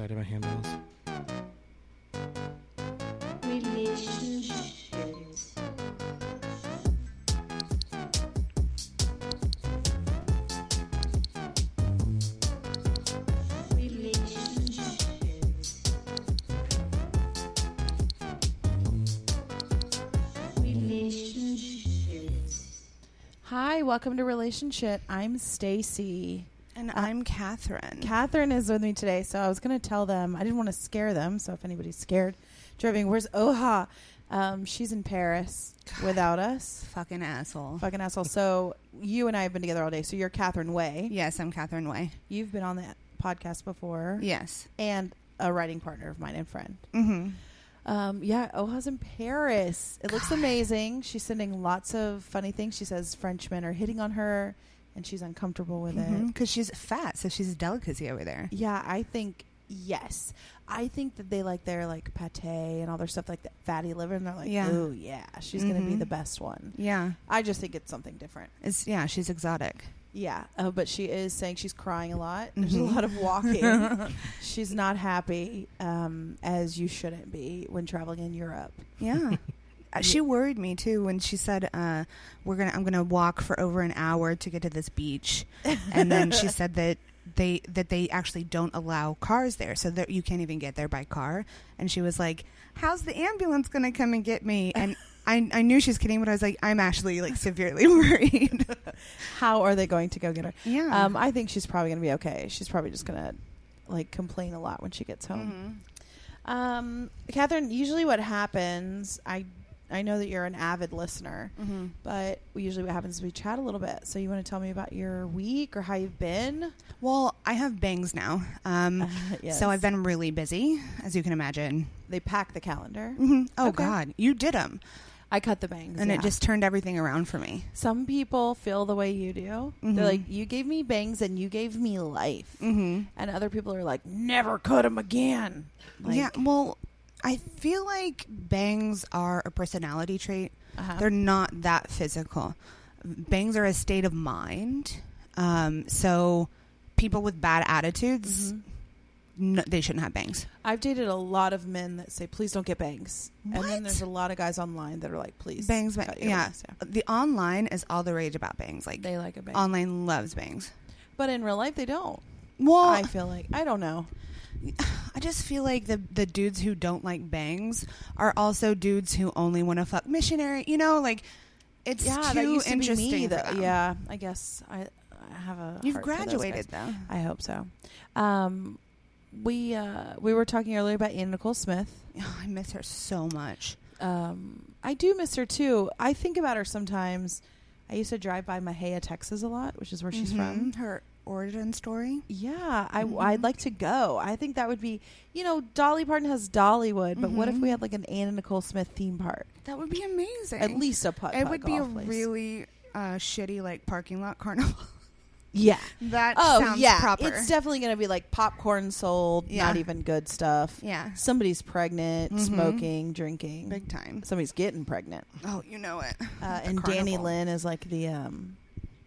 right about handbells? Relationships. Relationships. Relationships. Hi, welcome to Relationship. I'm Stacy. Uh, And I'm Catherine. Catherine is with me today, so I was going to tell them. I didn't want to scare them, so if anybody's scared, driving, where's Oha? Um, she's in Paris without us. Fucking asshole. Fucking asshole. So you and I have been together all day. So you're Catherine Way. Yes, I'm Catherine Way. You've been on the podcast before, Yes. and a writing partner of mine and friend. Mm-hmm. Um, yeah, Oha's in Paris. It looks amazing. She's sending lots of funny things. She says Frenchmen are hitting on her, and she's uncomfortable with it. Because Mm-hmm. she's fat, so she's a delicacy over there. Yeah, I think yes. I think that they like their like pate and all their stuff like that fatty liver, and they're like, Yeah. oh yeah, she's gonna be Mhm. the best one. Yeah. I just think it's something different. It's yeah, she's exotic. Yeah, uh, but she is saying she's crying a lot. There's a Mhm. lot of walking. she's not happy, um, as you shouldn't be when traveling in Europe. Yeah. Uh, she worried me too when she said uh, we're gonna I'm gonna walk for over an hour to get to this beach, and then she said that they that they actually don't allow cars there, so that you can't even get there by car. And she was like, "How's the ambulance gonna come and get me?" And I I knew she was kidding, but I was like, "I'm actually like severely worried." How are they going to go get her? yeah. Um, I think she's probably gonna be okay. She's probably just gonna like complain a lot when she gets home. Mm-hmm. Um, Catherine, usually what happens, I I know that you're an avid listener, Mm-hmm. but usually what happens is we chat a little bit. So you want to tell me about your week or how you've been? Well, I have bangs now, um, Uh, yes. so I've been really busy, as you can imagine. They pack the calendar. Mhm. Oh Okay. God, you did them, I cut the bangs, and yeah. it just turned everything around for me. some people feel the way you do. They're Mhm. like, you gave me bangs and you gave me life, Mm-hmm. and other people are like, never cut them again. Like, yeah, well, I feel like bangs are a personality trait. uh-huh. They're not that physical. Bangs are a state of mind. Um, so people with bad attitudes, Mhm. no, they shouldn't have bangs. I've dated a lot and men that say, please don't get bangs, and then What? there's a lot of guys online that are like, please Bangs, ba- cut your yeah. bangs." The online is all the rage about bangs. Like They like a bang. online loves bangs. but in real life, they don't. Well, I feel like I don't know. I just feel like the the dudes who don't like bangs are also dudes who only want to fuck missionary. You know, like it's too interesting. for them. Yeah, I guess I, I have a. You've heart for those graduated guys. though. I hope so. Um, we uh, we were talking earlier about Anna Nicole Smith. Oh, I miss her so much. Um, I do miss her too. I think about her sometimes. I used to drive by Mahia, Texas, a lot, which is where she's from. Mm-hmm. Her origin story. Yeah, I, Mhm. I'd like to go. I think that would be, you know, Dolly Parton has Dollywood, but what if Mhm. we had like an Anna Nicole Smith theme park? That would be amazing. At least a putt. it would be a place. really uh, shitty like parking lot carnival. yeah. that Oh sounds yeah, proper. it's definitely going to be like popcorn sold, Yeah. not even good stuff. yeah, Somebody's pregnant, Mhm. smoking, drinking. big time. Somebody's getting pregnant, Oh, you know it. uh, The and Danny carnival. Lynn is like the um,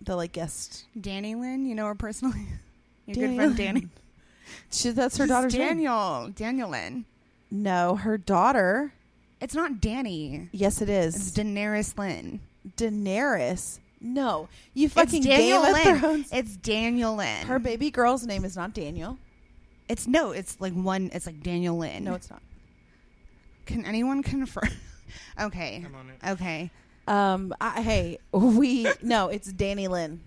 the like guest. Danny Lynn, you know her personally. You're Danny good friend Lynn. Danny. She, that's her It's daughter's name. Daniel. Daniel Lynn. No, her daughter. It's not Danny. Yes, it It's is Daenerys Lynn. Daenerys. No, you fucking it's Game Daniel of Lynn. Thrones. It's Daniel Lynn. Her baby girl's name is not Daniel. it's no. It's like one. It's like Daniel Lynn. No, it's not. Can anyone confirm? okay. on it. Okay. Um, I, hey, we no, it's Danny Lynn.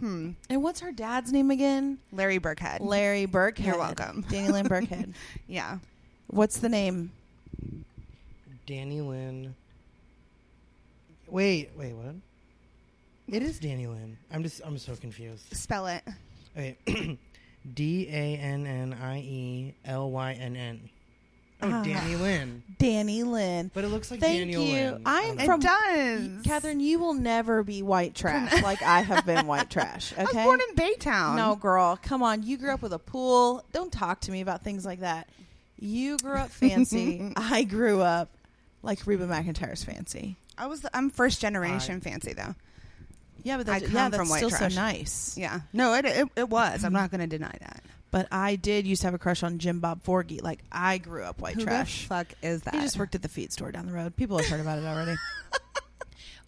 Hmm. And what's her dad's name again? Larry Burkhead. Larry Burkhead. You're welcome. Danny Lynn Burkhead. yeah. What's the name? Danny Lynn. Wait, wait, what? It is. Danny Lynn. I'm just, I'm so confused. Spell it. Okay, D A N N I E L Y N N. Oh, Ah. Danny Lynn. Danny Lynn. But it looks like Thank Daniel you. Lynn. I Oh, am no. from- it does. Catherine, you will never be white trash like I have been white trash. I was Okay. born in Baytown. no, girl, come on. You grew up with a pool. Don't talk to me about things like that. You grew up fancy. I grew up like Reba McIntyre's fancy. I was. I'm first generation fancy though. Yeah, but I that's, come yeah, from that's white still trash. so nice. Yeah. No, it it, it was. I'm not going to deny that. But I did used to have a crush on Jim Bob Forgy. Like I grew up white Who trash. the fuck is that? He just worked at the feed store down the road. People have heard about it already.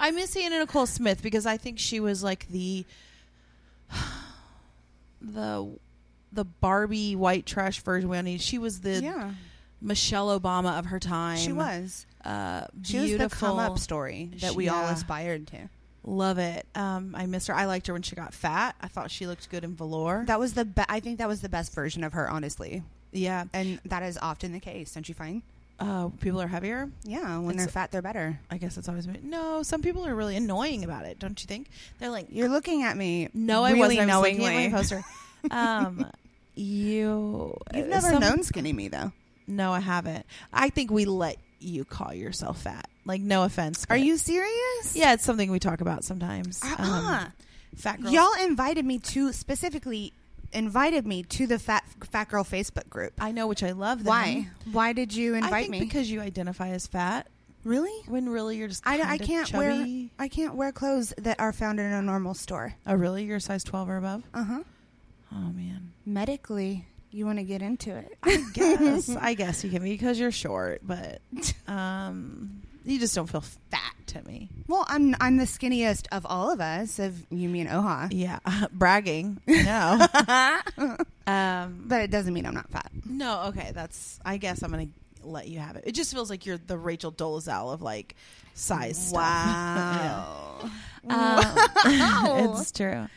I miss Anna Nicole Smith because I think she was like the the the Barbie white trash version. We all need. She was the yeah. Michelle Obama of her time. She was. Uh, She beautiful. was the come up story that She- we all yeah. aspired to. Love it. Um, I miss her. I liked her when she got fat. I thought she looked good in velour. That was the be- I think that was the best version of her, honestly. yeah. And that is often the case, don't you find? Uh, people are heavier. Yeah, when they're It's- fat, they're better. I guess that's always been. No, some people are really annoying about it, don't you think? They're like, You're looking at me. no, I really wasn't. I was looking knowingly. at my poster. Um, you. You've uh, never some- known skinny me though. No, I haven't. I think we let you call yourself fat. Like, no offense. Are but- you serious? Yeah, it's something we talk about sometimes. Um, Uh-uh. fat girls. Y'all invited me to specifically invited me to the fat fat girl Facebook group. I know, which I love. Them. Why? Why did you I invite think me? because you identify as fat. really? When really you're just I, kind I can't chubby. wear I can't wear clothes that are found in a normal store. Oh, really? You're a size 12 or above? Uh huh. Oh, man. Medically, you want to get into it. I guess. I guess you can be because you're short, but um, you just don't feel fat to me. Well, I'm I'm the skinniest of all of us. Of you mean Oha, Yeah. bragging. No. um, but it doesn't mean I'm not fat. no, okay. That's, I guess I'm going to let you have it. It just feels like you're the Rachel Dolezal of like size stuff. Um, Wow. it's true.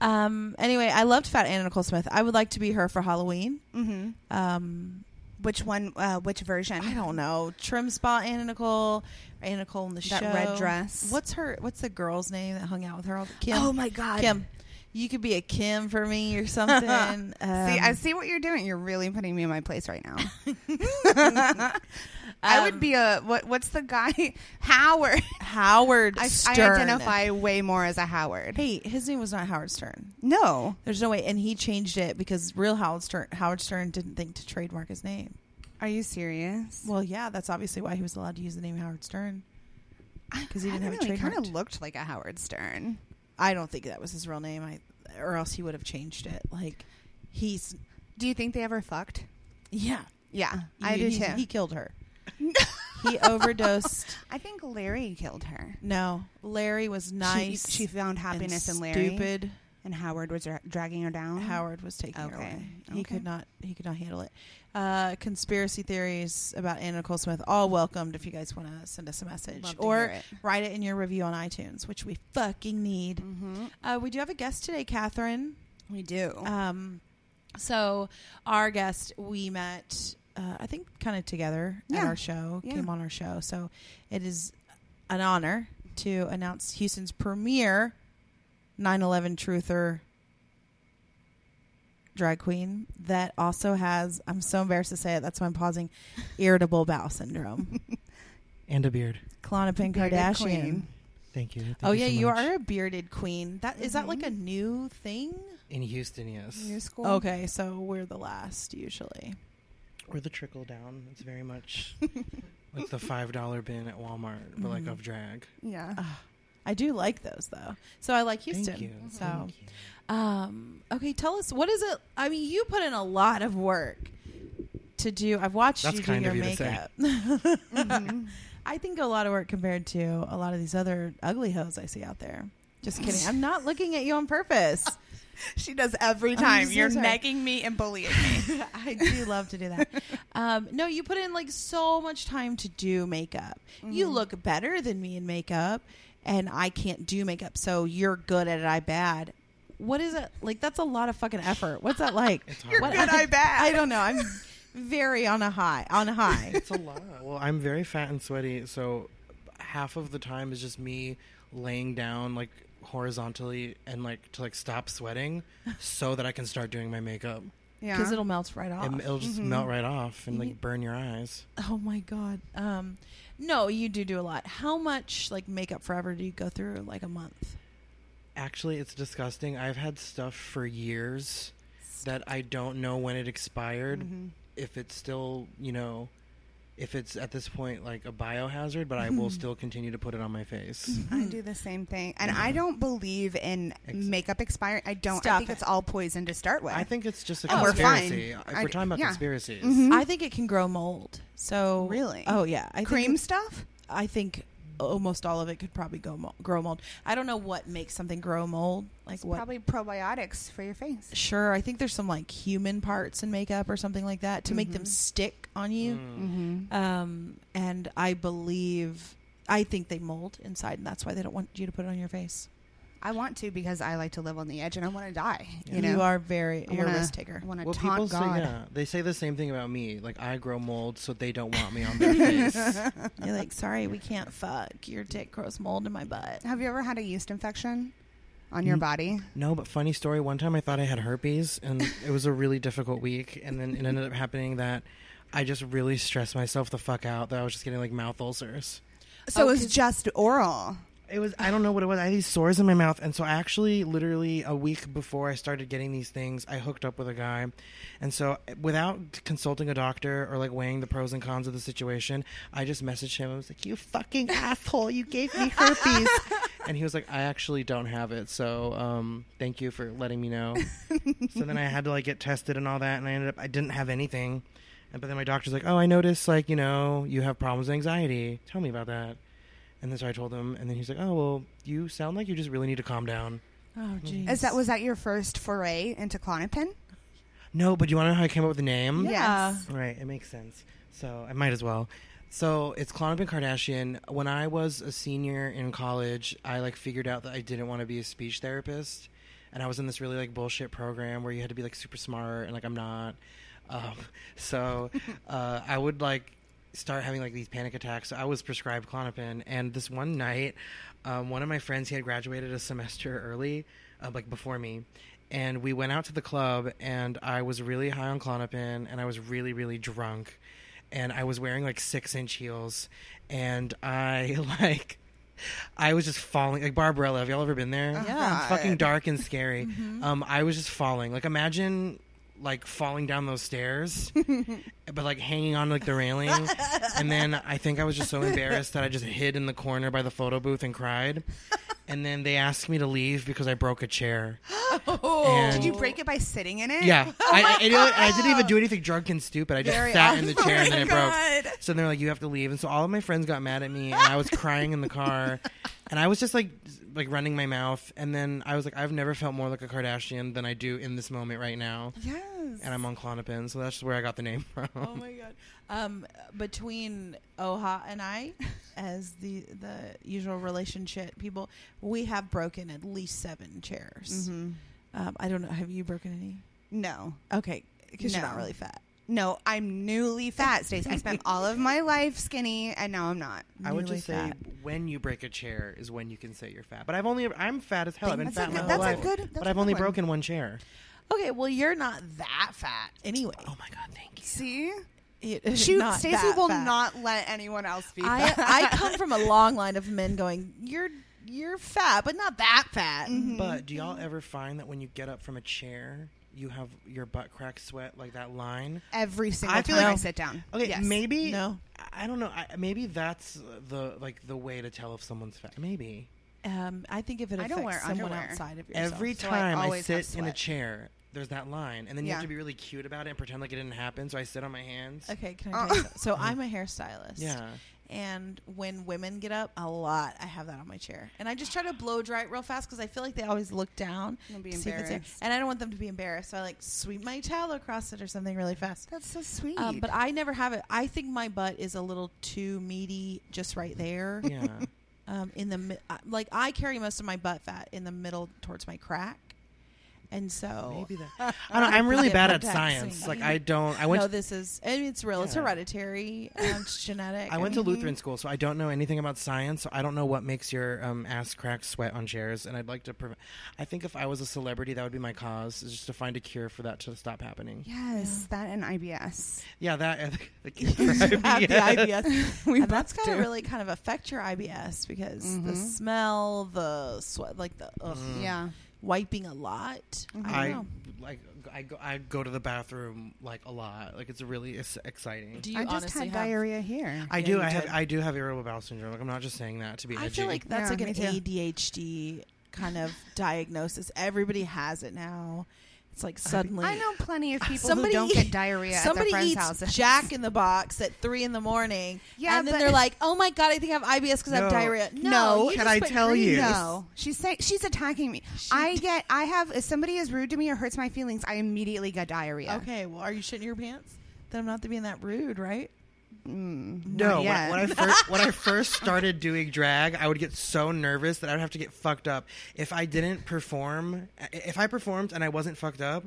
Um, anyway, I loved Fat Anna Nicole Smith. I would like to be her for Halloween. hmm Um, Which one? Uh, which version? I don't know. Trim Spa Anna Nicole, Anna Nicole in the That show. red dress. What's her? What's the girl's name that hung out with her? All the, Kim. Oh my god, Kim. You could be a Kim for me or something. um, see, I see what you're doing. You're really putting me in my place right now. I would Um, be a what? What's the guy? Howard. Howard I, I Stern. identify way more as a Howard. Hey, his name was not Howard Stern. No, There's no way, and he changed it because real Howard Stern, Howard Stern didn't think to trademark his name. are you serious? Well, yeah, that's obviously why he was allowed to use the name Howard Stern. because he I didn't have don't it know, He kind of trademarked. looked like a Howard Stern. I don't think that was his real name, I, or else he would have changed it. Like he's, Do you think they ever fucked? yeah, Yeah, I do he, too. He killed her. he overdosed. I think Larry killed her. No, Larry was nice. She, she found and happiness in Larry. Stupid. And Howard was dra- dragging her down. Howard was taking her Okay. away. He Okay. could not. He could not handle it. Uh, conspiracy theories about Anna Nicole Smith all welcomed. If you guys want to send us a message Love to or hear it. write it in your review on iTunes, which we fucking need. Mhm. Uh, we do have a guest today, Catherine. We do. Um, so our guest we met, uh, I think, kind of together at Yeah. our show. Yeah. Came on our show, so it is an honor to announce Houston's premier 9/11 truther drag queen that also has. I'm so embarrassed to say it. That's why I'm pausing. Irritable bowel syndrome. and a beard. Klonopin Bearded Kardashian. queen. Thank you. Thank oh yeah, so you much. are a bearded queen. That is that like a new thing? in Houston. Yes, New school. Okay, so we're the last usually. or the trickle down. It's very much like the five dollar bin at Walmart, but like of drag. Yeah. I do like those though. So I like Houston. Thank you. So, Thank you. um, okay, tell us what is it? I mean, you put in a lot of work to do. I've watched That's you do kind your of you to say. makeup. Uh-huh. Mm-hmm. I think a lot of work compared to a lot of these other ugly hoes I see out there. Just kidding. I'm not looking at you on purpose. she does every I'm so sorry. me and bullying I do love to do that. Um, no, you put in like so much time to do makeup. Mm-hmm. You look better than me in makeup, and I can't do makeup, so you're good at it. I bad. What is it like? That's a lot of fucking effort. What's that like? It's hard. You're What- good, I bad. I don't know. I'm very on a high. On a high. It's a lot. Well, I'm very fat and sweaty, so half of the time is just me laying down like horizontally and like to like stop sweating so that I can start doing my makeup. Yeah. Because it'll melt right off. And it'll just melt right off and You- like burn your eyes. oh my god. Um, no, you do do a lot. How much like makeup forever do you go through? Like a month? Actually, it's disgusting. I've had stuff for years Mm-hmm. that I don't know when it expired, if it's still, you know, if it's at this point like a biohazard, but I will still continue to put it on my face. I Hmm. do the same thing, and I don't believe in Ex- makeup expiring. I don't. I Mm-hmm. Stop think it. it's all poison to start with. I think it's just a Oh, we're fine. conspiracy. If I- we're talking about yeah. conspiracies, Mhm. I think it can grow mold. So Really? oh yeah, I cream Think, stuff. I think almost all of it could probably go mo- grow mold. I don't know what makes something grow mold. Like It's what? probably probiotics for your face. sure, I think there's some like human parts in makeup or something like that to make them Mhm. stick on you. Mm. Mm-hmm. Um, and I believe. I think they mold inside, and that's why they don't want you to put it on your face. I want to because I like to live on the edge, and I want to die. Yeah. You know, are very I you're a wanna- risk taker. I want to Well, people taunt God. say yeah, they say the same thing about me. Like I grow mold, so they don't want me on their face. You're like, sorry, we can't fuck. Your dick grows mold in my butt. Have you ever had a yeast infection on Hmm. your Mm. body? No, but funny story. One time I thought I had herpes, and it was a really difficult week. And then it ended up happening that I just really stressed myself the fuck out. That I was just getting like mouth ulcers. So Oh, it was 'cause- just oral. It was I don't know what it was. I had these sores in my mouth, and so I actually literally a week before I started getting these things, I hooked up with a guy, and so without consulting a doctor or like weighing the pros and cons of the situation, I just messaged him. I was like, "You fucking asshole! You gave me herpes," and he was like, "I actually don't have it, so um, thank you for letting me know." so then I had to like get tested and all that, and I ended up I didn't have anything. And but then my doctor's like, "Oh, I noticed like you know you have problems with anxiety. Tell me about that." And then so I told him, and then he's like, "Oh well, you sound like you just really need to calm down." Oh, jeez. Is that was that your first foray into clonopin? No, but you want to know how I came up with the name? Yeah. Yes. Right, it makes sense. So I might as well. So it's Klonopin Kardashian. When I was a senior in college, I like figured out that I didn't want to be a speech therapist, and I was in this really like bullshit program where you had to be like super smart, and like I'm not. Um, so uh, I would like start having like these panic attacks. So I was prescribed Klonopin, and this one night, um, one of my friends he had graduated a semester early, uh, like before me, and we went out to the club, and I was really high on Klonopin, and I was really really drunk, and I was wearing like six inch heels, and I like. I was just falling like Barbarella. Have y'all ever been there? Uh-huh. Yeah. It's fucking Oh, God. Mm-hmm. dark and scary. Um, I was just falling. Like imagine like falling down those stairs, but like hanging on like the railing. and then I think I was just so embarrassed that I just hid in the corner by the photo booth and cried. And then they asked me to leave because I broke a chair. And- Oh. Did you break it by sitting in it? Yeah, I, I, you know what? I didn't even do anything drunk and stupid. I just Very sat in the awkward. chair and then it broke. Oh God. So they're like, "You have to leave." And so all of my friends got mad at me, and I was crying in the car, and I was just like, like running my mouth. And then I was like, "I've never felt more like a Kardashian than I do in this moment right now." Yes. And I'm on Clonopin, so that's where I got the name from. Oh my god. Um, between Oha and I, as the the usual relationship people, we have broken at least seven chairs. Mhm. Um, I don't know. Have you broken any? No. Okay, because you're not No. really fat. No, I'm newly fat, Stacey. I spent all of my life skinny, and now I'm not. I would Newly just say fat. when you break a chair is when you can say you're fat. But I've only I'm fat as hell. I've been That's fat a, my good- whole that's life. a good. That's but a I've good only one. broken one chair. Okay, well you're not that fat anyway. Oh my god, thank you. See, It- she not Stacey that will fat. not let anyone else be. fat. I I come from a long line of men going, you're you're fat, but not that fat. Mm-hmm. But do y'all ever find that when you get up from a chair, you have your butt crack sweat like that line? every single I feel time like- I sit down. Okay, Yes. maybe No. I I don't know. I, maybe that's the like the way to tell if someone's fat. Maybe Um, I think if it I affects don't wear someone underwear. outside of yourself, every so I time I, always have sit in a sweat. chair, there's that line, and then you Yeah. have to be really cute about it and pretend like it didn't happen. So I sit on my hands. Okay, can Uh. I tell you so- So I'm a hairstylist. Yeah. And when women get up, a lot, I have that on my chair. And I just try to blow dry it real fast because I feel like they always look down. They'll be to see if it's there. embarrassed. And I don't want them to be embarrassed. So I like sweep my towel across it or something really fast. That's so sweet. Um, but I never have it. I think my butt is a little too meaty just right there. Yeah. Um, in the mi- uh, Like I carry most of my butt fat in the middle towards my crack. And Oh. so. Maybe that. I don't, I'm really Yeah, bad at that's- science. Like I don't. I went. no, this is I mean, it's real. It's Yeah. hereditary. Um, it's genetic. I went to mean, Lutheran school, so I don't know anything about science. So I don't know what makes your um, ass crack sweat on chairs, and I'd like to prevent. I think if I was a celebrity, that would be my cause, is just to find a cure for that to stop happening. Yeah, yes, that and IBS. that and the cure for have the IBS. IBS. We and that's both got to do. really kind of affect your IBS because the Mhm. Mm-hmm. smell, the sweat, like the ugh, Mm. Yeah. wiping a lot. I I Mm-hmm. don't know. like I go, I go to the bathroom like a lot. Like it's really it's exciting. Do you I just honestly had have- diarrhea here. I Yeah, do. you did. I have. I do have irritable bowel syndrome. Like I'm not just saying that to be. I edgy. feel like that's Yeah, like an me too. ADHD kind of diagnosis. Everybody has it now. It's like suddenly I know plenty of people Somebody- who don't get diarrhea at their somebody friends' eats houses. Jack in the Box at three in the morning. Yeah, and then but- they're like, "Oh my god, I think I have IBS because I have No. diarrhea." No, No, you can just I put tell green- you? No, she's saying she's attacking me. I get. I have. If somebody is rude to me or hurts my feelings, I immediately get diarrhea. Okay, well, are you shitting your pants? Then I'm not being that rude, right? No, Not when, yet. when I first when I first started doing drag, I would get so nervous that I would have to get fucked up. If I didn't perform, i- if I performed and I wasn't fucked up,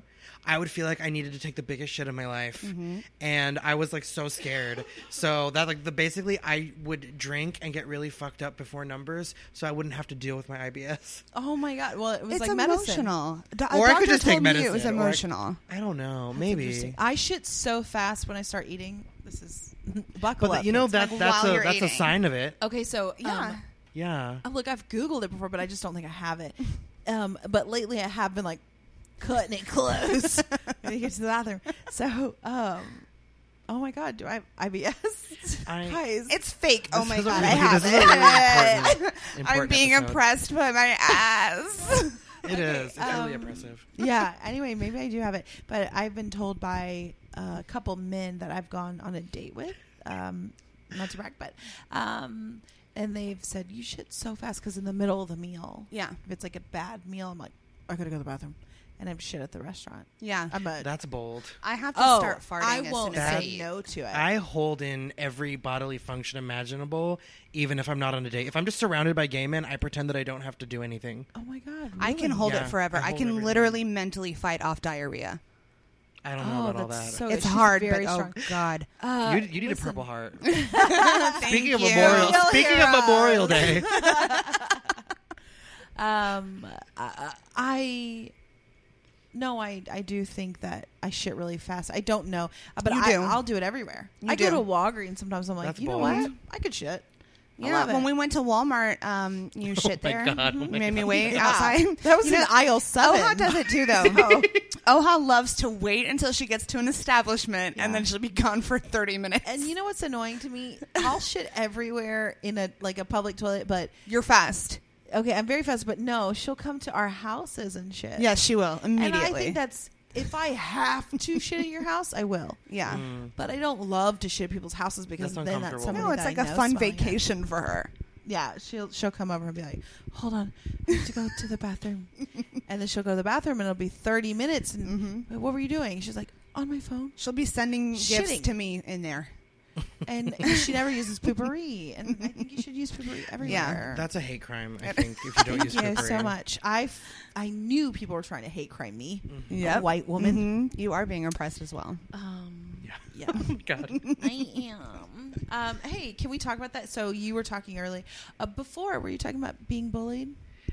I would feel like I needed to take the biggest shit of my life, Mm-hmm. and I was like so scared. So that like the basically I would drink and get really fucked up before numbers, so I wouldn't have to deal with my IBS. Oh my god! Well, it was it's like medicine. emotional. Do- a Or I doctor could just told take me medicine. It was or I- emotional. I don't know. Interesting. Maybe. I shit so fast when I start eating. This is buckle But up. you know It's that like that's while a you're that's a eating. Oh. sign of it. Okay, so Yeah. um, Yeah. Oh, look, I've Googled it before, but I just don't think I have it. Um, but lately I have been like cutting it close when you get to the bathroom. So, um, oh my God, do I have IBS? I- Guys, It's fake. Oh This my is a god, I really- have this is a really it. important- I'm important being episode. oppressed by my ass. It is. It's really um, oppressive. yeah, anyway, maybe I do have it. But I've been told by a couple men that I've gone on a date with, um, not to brag, but, um, and they've said, you shit so fast because in the middle of the meal, yeah, if it's like a bad meal, I'm like, I gotta go to the bathroom. And I'm shit at the restaurant. yeah. I'm a That's bold. I have to start farting. Um, oh, I as won't soon as I say eat. no to it. I hold in every bodily function imaginable, even if I'm not on a date. If I'm just surrounded by gay men, I pretend that I don't have to do anything. oh my god, I can hold Yeah, it forever. I I, hold can everything. literally mentally fight off diarrhea. I don't know Oh, about all that. that's so. it's she's hard, very but strong. oh god. Uh, you, you need a listen, purple heart. Thank Speaking of you. Memorial, Real speaking of heroes. Memorial Day, Um, I, I no, I I do think that I shit really fast. I don't know, uh, but You I, do. I'll do it everywhere. You I do. go to Walgreens sometimes. I'm like, That's you know bold. what? I could shit. I Yeah, love when it. we went to Walmart, um, you shit my there. God, oh Mhm. my made me God. wait Yeah. outside. That was You know, in aisle seven. Oha does it too, though. Oha loves to wait until she gets to an establishment, and Yeah. then she'll be gone for thirty minutes. And you know what's annoying to me? I'll shit everywhere in a like a public toilet, but you're fast. okay, I'm very fast. But no, she'll come to our houses and shit. Yes, she will and immediately. I think that's if I have to shit in your house, I will. yeah. Mm. But I don't love to shit at people's houses because That's then that's uncomfortable. somebody No, it's that I like a know fun smelling it. vacation for her. Yeah, she'll she'll come over and be like, "Hold on, I have to go to the bathroom," and then she'll go to the bathroom and it'll be thirty minutes. And "Wait, what were you doing? She's like, "On my phone," Mm-hmm. She'll be sending gifts Shitting. to me in there. and she never uses poopery. And I think you should use poopery everywhere. that's a hate crime. I think if you don't use Thank you purple so much. I f- I knew people were trying to hate crime me, Mm-hmm. Yep. a white woman. Mhm. You are being oppressed as well. um, Yeah. Yeah. Oh my God. I am. Um, hey, can we talk about that? So you were talking early uh, before. Were you talking about being bullied?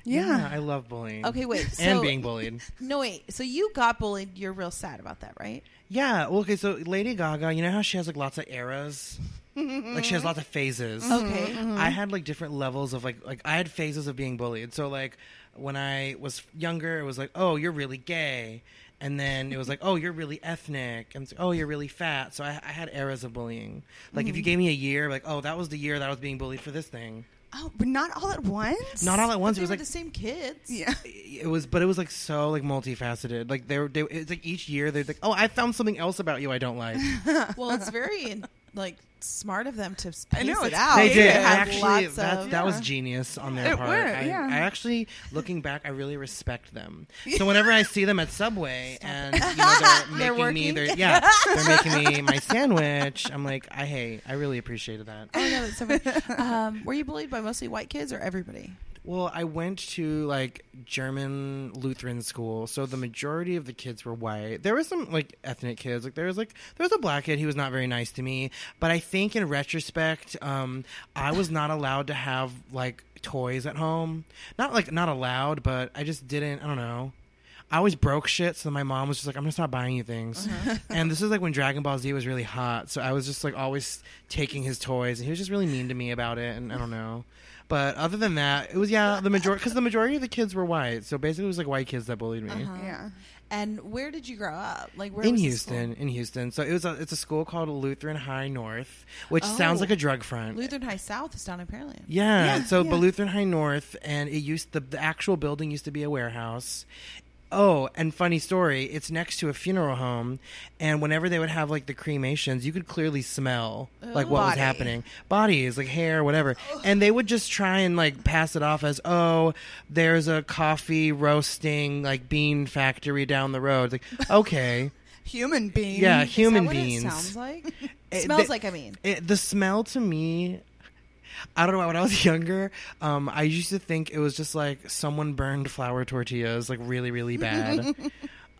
I love bullying. Okay, wait. So, And being bullied. No, wait. So you got bullied. You're real sad about that, right? Yeah. Well, okay. So Lady Gaga, you know how she has like lots of eras, like she has lots of phases. Okay. I had like different levels of like like I had phases of being bullied. So like when I was younger, it was like, oh, you're really gay, and then it was like, oh, you're really ethnic, and it's like, oh, you're really fat. So I, I had eras of bullying. Like if you Mm-hmm. gave me a year, like oh, that was the year that I was being bullied for this thing. Oh, but not all at once. Not all at But once. they It was were like the same kids. Yeah. it was, but it was like so like multifaceted. Like they were, they, it's like each year they're like, oh, I found something else about you I don't like. Well, it's very like smart of them to piece I know, it it's out. They Yeah. did. They had Actually, that, that was genius on their It part. worked, I, yeah. I actually, looking back, I really respect them. So whenever I see them at Subway and you know, They're they're making me, working? they're, yeah, they're making me my sandwich, I'm like, I hey, I really appreciated that. Oh, no, that's so funny. um, were you bullied by mostly white kids or everybody? Well, I went to like German Lutheran school, so the majority of the kids were white. There were some like ethnic kids. Like there was like there was a black kid who was not very nice to me, but I think in retrospect, um, I was not allowed to have like toys at home. Not like not allowed, but I just didn't. I don't know. I always broke shit, so my mom was just like, "I'm gonna stop buying you things." Uh-huh. and this is like when Dragon Ball Z was really hot, so I was just like always taking his toys, and he was just really mean to me about it. And I don't know, but other than that, it was yeah, the majority because the majority of the kids were white, so basically it was like white kids that bullied me. Yeah. And where did you grow up? Like Uh-huh. where in was the Houston, school? in Houston. So it was a, it's a school called Lutheran High North, which sounds Oh. like a drug front. Lutheran High South is down in Pearland. yeah, Yeah, so but yeah. Lutheran High North, and it used the, the actual building used to be a warehouse. Oh, and funny story, it's next to a funeral home, and whenever they would have like the cremations, you could clearly smell like what was Body. happening, bodies, like hair, whatever, and they would just try and like pass it off as oh, there's a coffee roasting like bean factory down the road. Like okay. Human being. Yeah, Is human Eh, that what beans. It sounds like It- smells the- like. I mean, it, the smell to me. I don't know. why, When I was younger, um, I used to think it was just like someone burned flour tortillas, like really, really bad. um,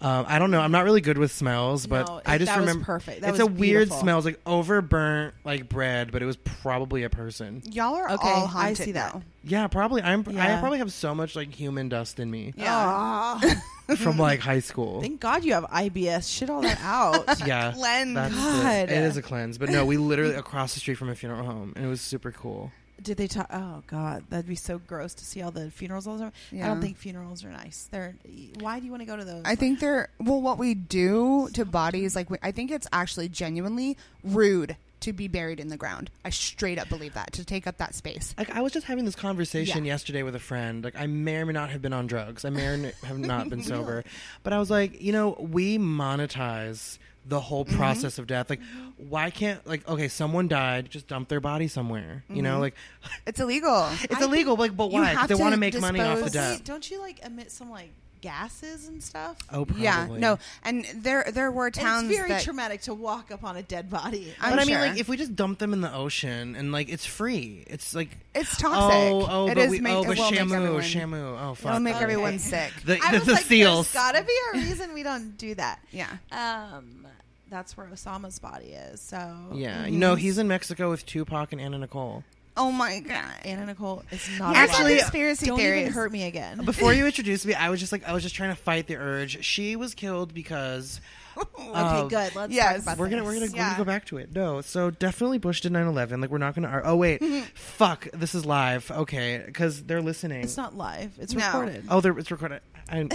I don't know. I'm not really good with smells, but No, it- I just that was remember perfect. That it's a was weird beautiful. smell. It's like overburnt like bread, but it was probably a person. Y'all are okay, all I haunted see that. now. Yeah, probably. I'm. I Yeah. probably have so much like human dust in me Ah. Yeah. from like high school. Thank God you have IBS. Shit all that out. yeah, Cleanse. That's it. God. it is a cleanse, but no, we literally across the street from a funeral home, and it was super cool. Did they talk? Oh God, that'd be so gross to see all the funerals all the time. I Yeah. don't think funerals are nice. They're. Why do you want to go to those? I think they're well. What we do to bodies, like we, I think it's actually genuinely rude to be buried in the ground. I straight up believe that to take up that space. Like I was just having this conversation Yeah. yesterday with a friend. Like I may or may not have been on drugs. I may or n- have not been sober. But I was like, you know, we monetize the whole Mm-hmm. process of death. Like, why can't like okay, someone died, just dump their body somewhere. You Mm-hmm. know, like It's illegal. it's illegal. Like, but why? 'Cause have They to want to make money off the dispose- But death. wait, don't you like emit some like gases and stuff? Oh, probably. Yeah, no, and there there were And towns it's very that traumatic to walk upon a dead body. I'm but I mean, sure. like, if we just dump them in the ocean and like it's free, it's like it's toxic. Oh, oh, It but is we, make- oh, it but will make Shamu, everyone- Shamu, oh fuck, It'll make okay. everyone sick. The, I the, was the like, seals. there's gotta be a reason we don't do that. Yeah. Um, that's where Osama's body is. So mm-hmm. Yeah, no, he's in Mexico with Tupac and Anna Nicole. Oh my god. Anna Nicole is not Actually, alive. conspiracy don't theories. even hurt me again. Before you introduced me, I was just like, I was just trying to fight the urge. She was killed because okay, good. Let's yes. talk about we're gonna we're gonna, this. we're gonna Yeah. go back to it. No, so definitely Bush did 9/11. Like we're not gonna. ar- Oh wait, Mm-hmm. fuck, this is live. Okay, because they're listening. It's not live. It's No. recorded. oh, they're, it's recorded. I'm,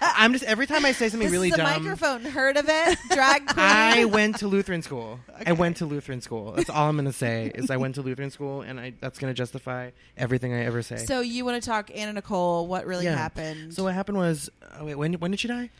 I'm just every time I say something this really is a dumb. microphone. Heard of it? Drag queen. I went to Lutheran school. I went to Lutheran school. That's all I'm gonna say is I went to Lutheran school, and I that's gonna justify everything I ever say. so you want to talk Anna Nicole? What really Yeah. happened? So what happened was, oh, wait, when when did she die?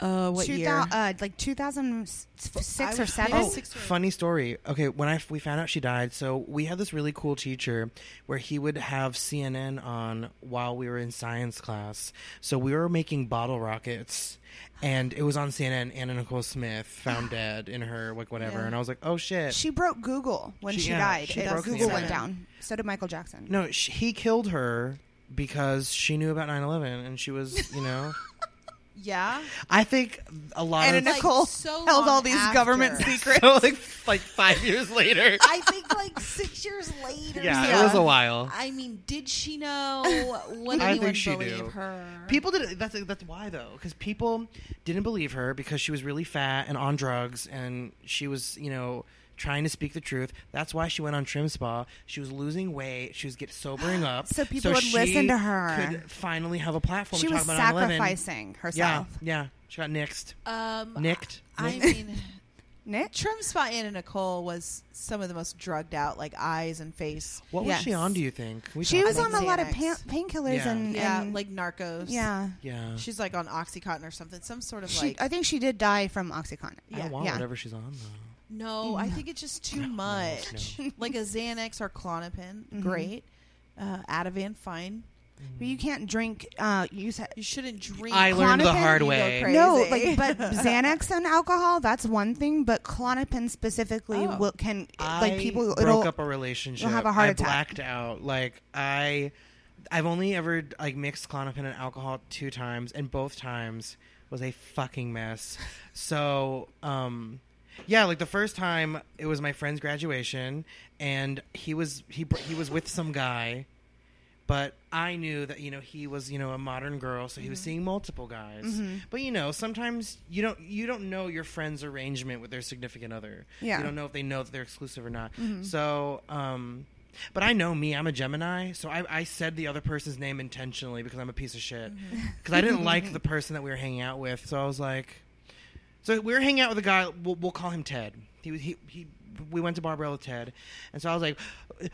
uh, what Two year? thou- uh, like 2006 I or was 7 maybe Oh, six or eight. funny story. Okay, when I we found out she died, so we had this really cool teacher where he would have CNN on while we were in science class. So we were making bottle rockets, and it was on CNN. Anna Nicole Smith found dead in her like whatever, Yeah. and I was like, oh shit. She broke Google when She- she, yeah, died. she It- broke the Google went internet. down. So did Michael Jackson. no, sh he killed her because she knew about 9-11 and she was you know yeah. i think a lot And of Like, Nicole so held all long these after. government secrets. like like five years later I think like six years later. yeah, it Yeah. was a while I mean, did she know? Would I anyone think she believe knew. her? People did that's that's why though, because people didn't believe her because she was really fat and on drugs, and she was you know trying to speak the truth. That's why she went on Trim Spa. She was losing weight. She was get sobering up. So people would listen to her. Could finally have a platform. she to was talk about 9/11. sacrificing Yeah, herself. yeah. She got nixed, um, nicked. I Nicked. mean, Nick? Trim Spot Anna Nicole was some of the most drugged out, like eyes and face. what was yes. she on? Do you think Can we She talk was about on a lot of Xanax. pa- painkillers Yeah. and, Yeah, and- like Narcos. yeah. that? Yeah. she's like on OxyContin or something, some sort of She, like. I think she did die from OxyContin. I don't yeah, want yeah. whatever she's on though. no, I think it's just too much. like a Xanax or Clonopin, Mm-hmm. great. Uh, Ativan, fine. But you can't drink. Uh, you said You shouldn't drink. I learned the Clonopin, hard you go way. crazy. no, like but Xanax and alcohol. That's one thing, but Clonopin specifically Oh. will can I like people. broke it'll, up a relationship. have a heart I attack. blacked out. Like I, I've only ever like mixed clonopin and alcohol two times, and both times was a fucking mess. So, um, yeah, like the first time it was my friend's graduation, and he was he br- he was with some guy. But I knew that you know he was you know a modern girl, so he Mm-hmm. was seeing multiple guys. But you know sometimes you don't you don't know your friend's arrangement with their significant other. Yeah. you don't know if they know that they're exclusive or not. So um, But I know me. I'm a Gemini, so I, I said the other person's name intentionally because I'm a piece of shit. Because I didn't like the person that we were hanging out with, so I was like, so we were hanging out with a guy. We'll, we'll call him Ted. He was he he. We went to Barbarella Ted, and so I was like,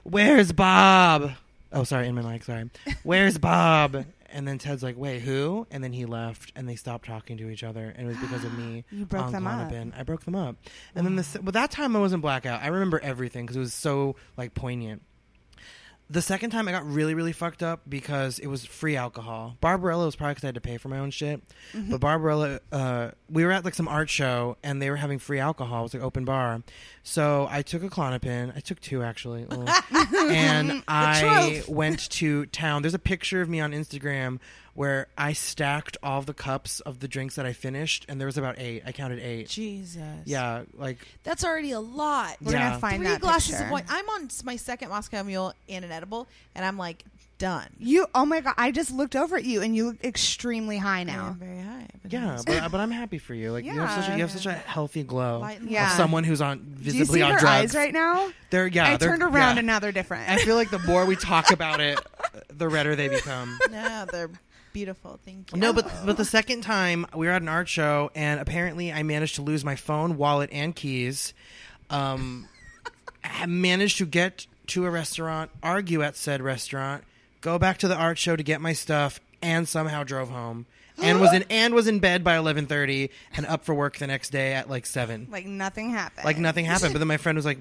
"Where's Bob?" Oh, sorry, in my mic. Sorry. Where's Bob? And then Ted's like, "Wait, who?" And then he left, and they stopped talking to each other, and it was because of me. You broke on them up. Klonopin. I broke them up, and then the se- but that time I wasn't blackout. I remember everything because it was so like poignant. The second time I got really, really fucked up because it was free alcohol. Barbarella was probably because I had to pay for my own shit. Mm-hmm. But Barbarella, uh, we were at like some art show and they were having free alcohol. It was like open bar. So I took a Clonopin. I took two actually. Ugh. and I went to town. There's a picture of me on Instagram where I stacked all the cups of the drinks that I finished and there was about eight. I counted eight. Jesus. Yeah, like That's already a lot. We're Yeah. gonna find Three that glasses picture. of wine. I'm on s- my second Moscow Mule and an edible, and I'm like done. You, oh my god! I just looked over at you, and you look extremely high now. I'm very high. I've been high yeah, since- but but I'm happy for you. Like you have such a, you have Yeah. such a healthy glow Light and of Yeah. someone who's on Do you visibly see on her drugs. eyes right now? They're yeah. I they're- turned around, yeah. and now they're different. I feel like the more we talk about it, the redder they become. no, they're beautiful. Thank you. No, but but the second time we were at an art show, and apparently I managed to lose my phone, wallet, and keys. Um, I managed to get to a restaurant, argue at said restaurant, go back to the art show to get my stuff, and somehow drove home. And was in and was in bed by eleven thirty, and up for work the next day at like seven. like nothing happened. Like nothing happened. But then my friend was like,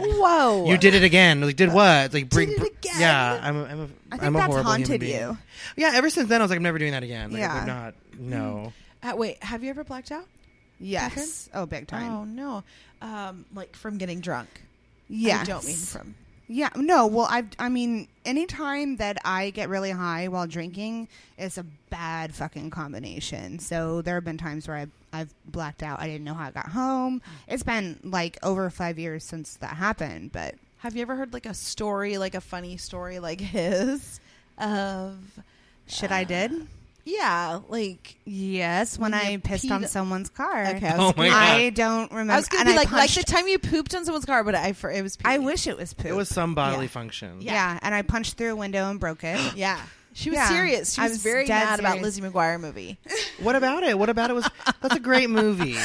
whoa, "You did it again." I was Like did what? It's like bring. it pr- again. Yeah, I'm. A, I'm a. I think am a that's horrible human haunted being. you. Yeah. Ever since then, I was like, I'm never doing that again. Like, Yeah. I'm not. No. Uh, wait, have you ever blacked out? Yes. Oh, big time. Oh no, um, like from getting drunk. yeah. I don't mean from. Yeah. No. Well, I. I mean, anytime that I get really high while drinking, it's a bad fucking combination. So there have been times where I I've blacked out. I didn't know how I got home. It's been like over five years since that happened, but. Have you ever heard like a story, like a funny story, like his, of Shit, I did. yeah, like Yes, when When you I pissed on peed- someone's car. okay. I Oh was, my God. I don't remember. I was gonna and be like, like punched- the time you pooped on someone's car, but I for it was. Pee. I wish it was Mm-hmm. poop. It was some bodily Yeah. function. Yeah. Yeah. and I punched through a window and broke it. Yeah. She was Yeah. serious. She I was, was very dead mad about serious. Lizzie McGuire movie. What about it? What about it was that's a great movie.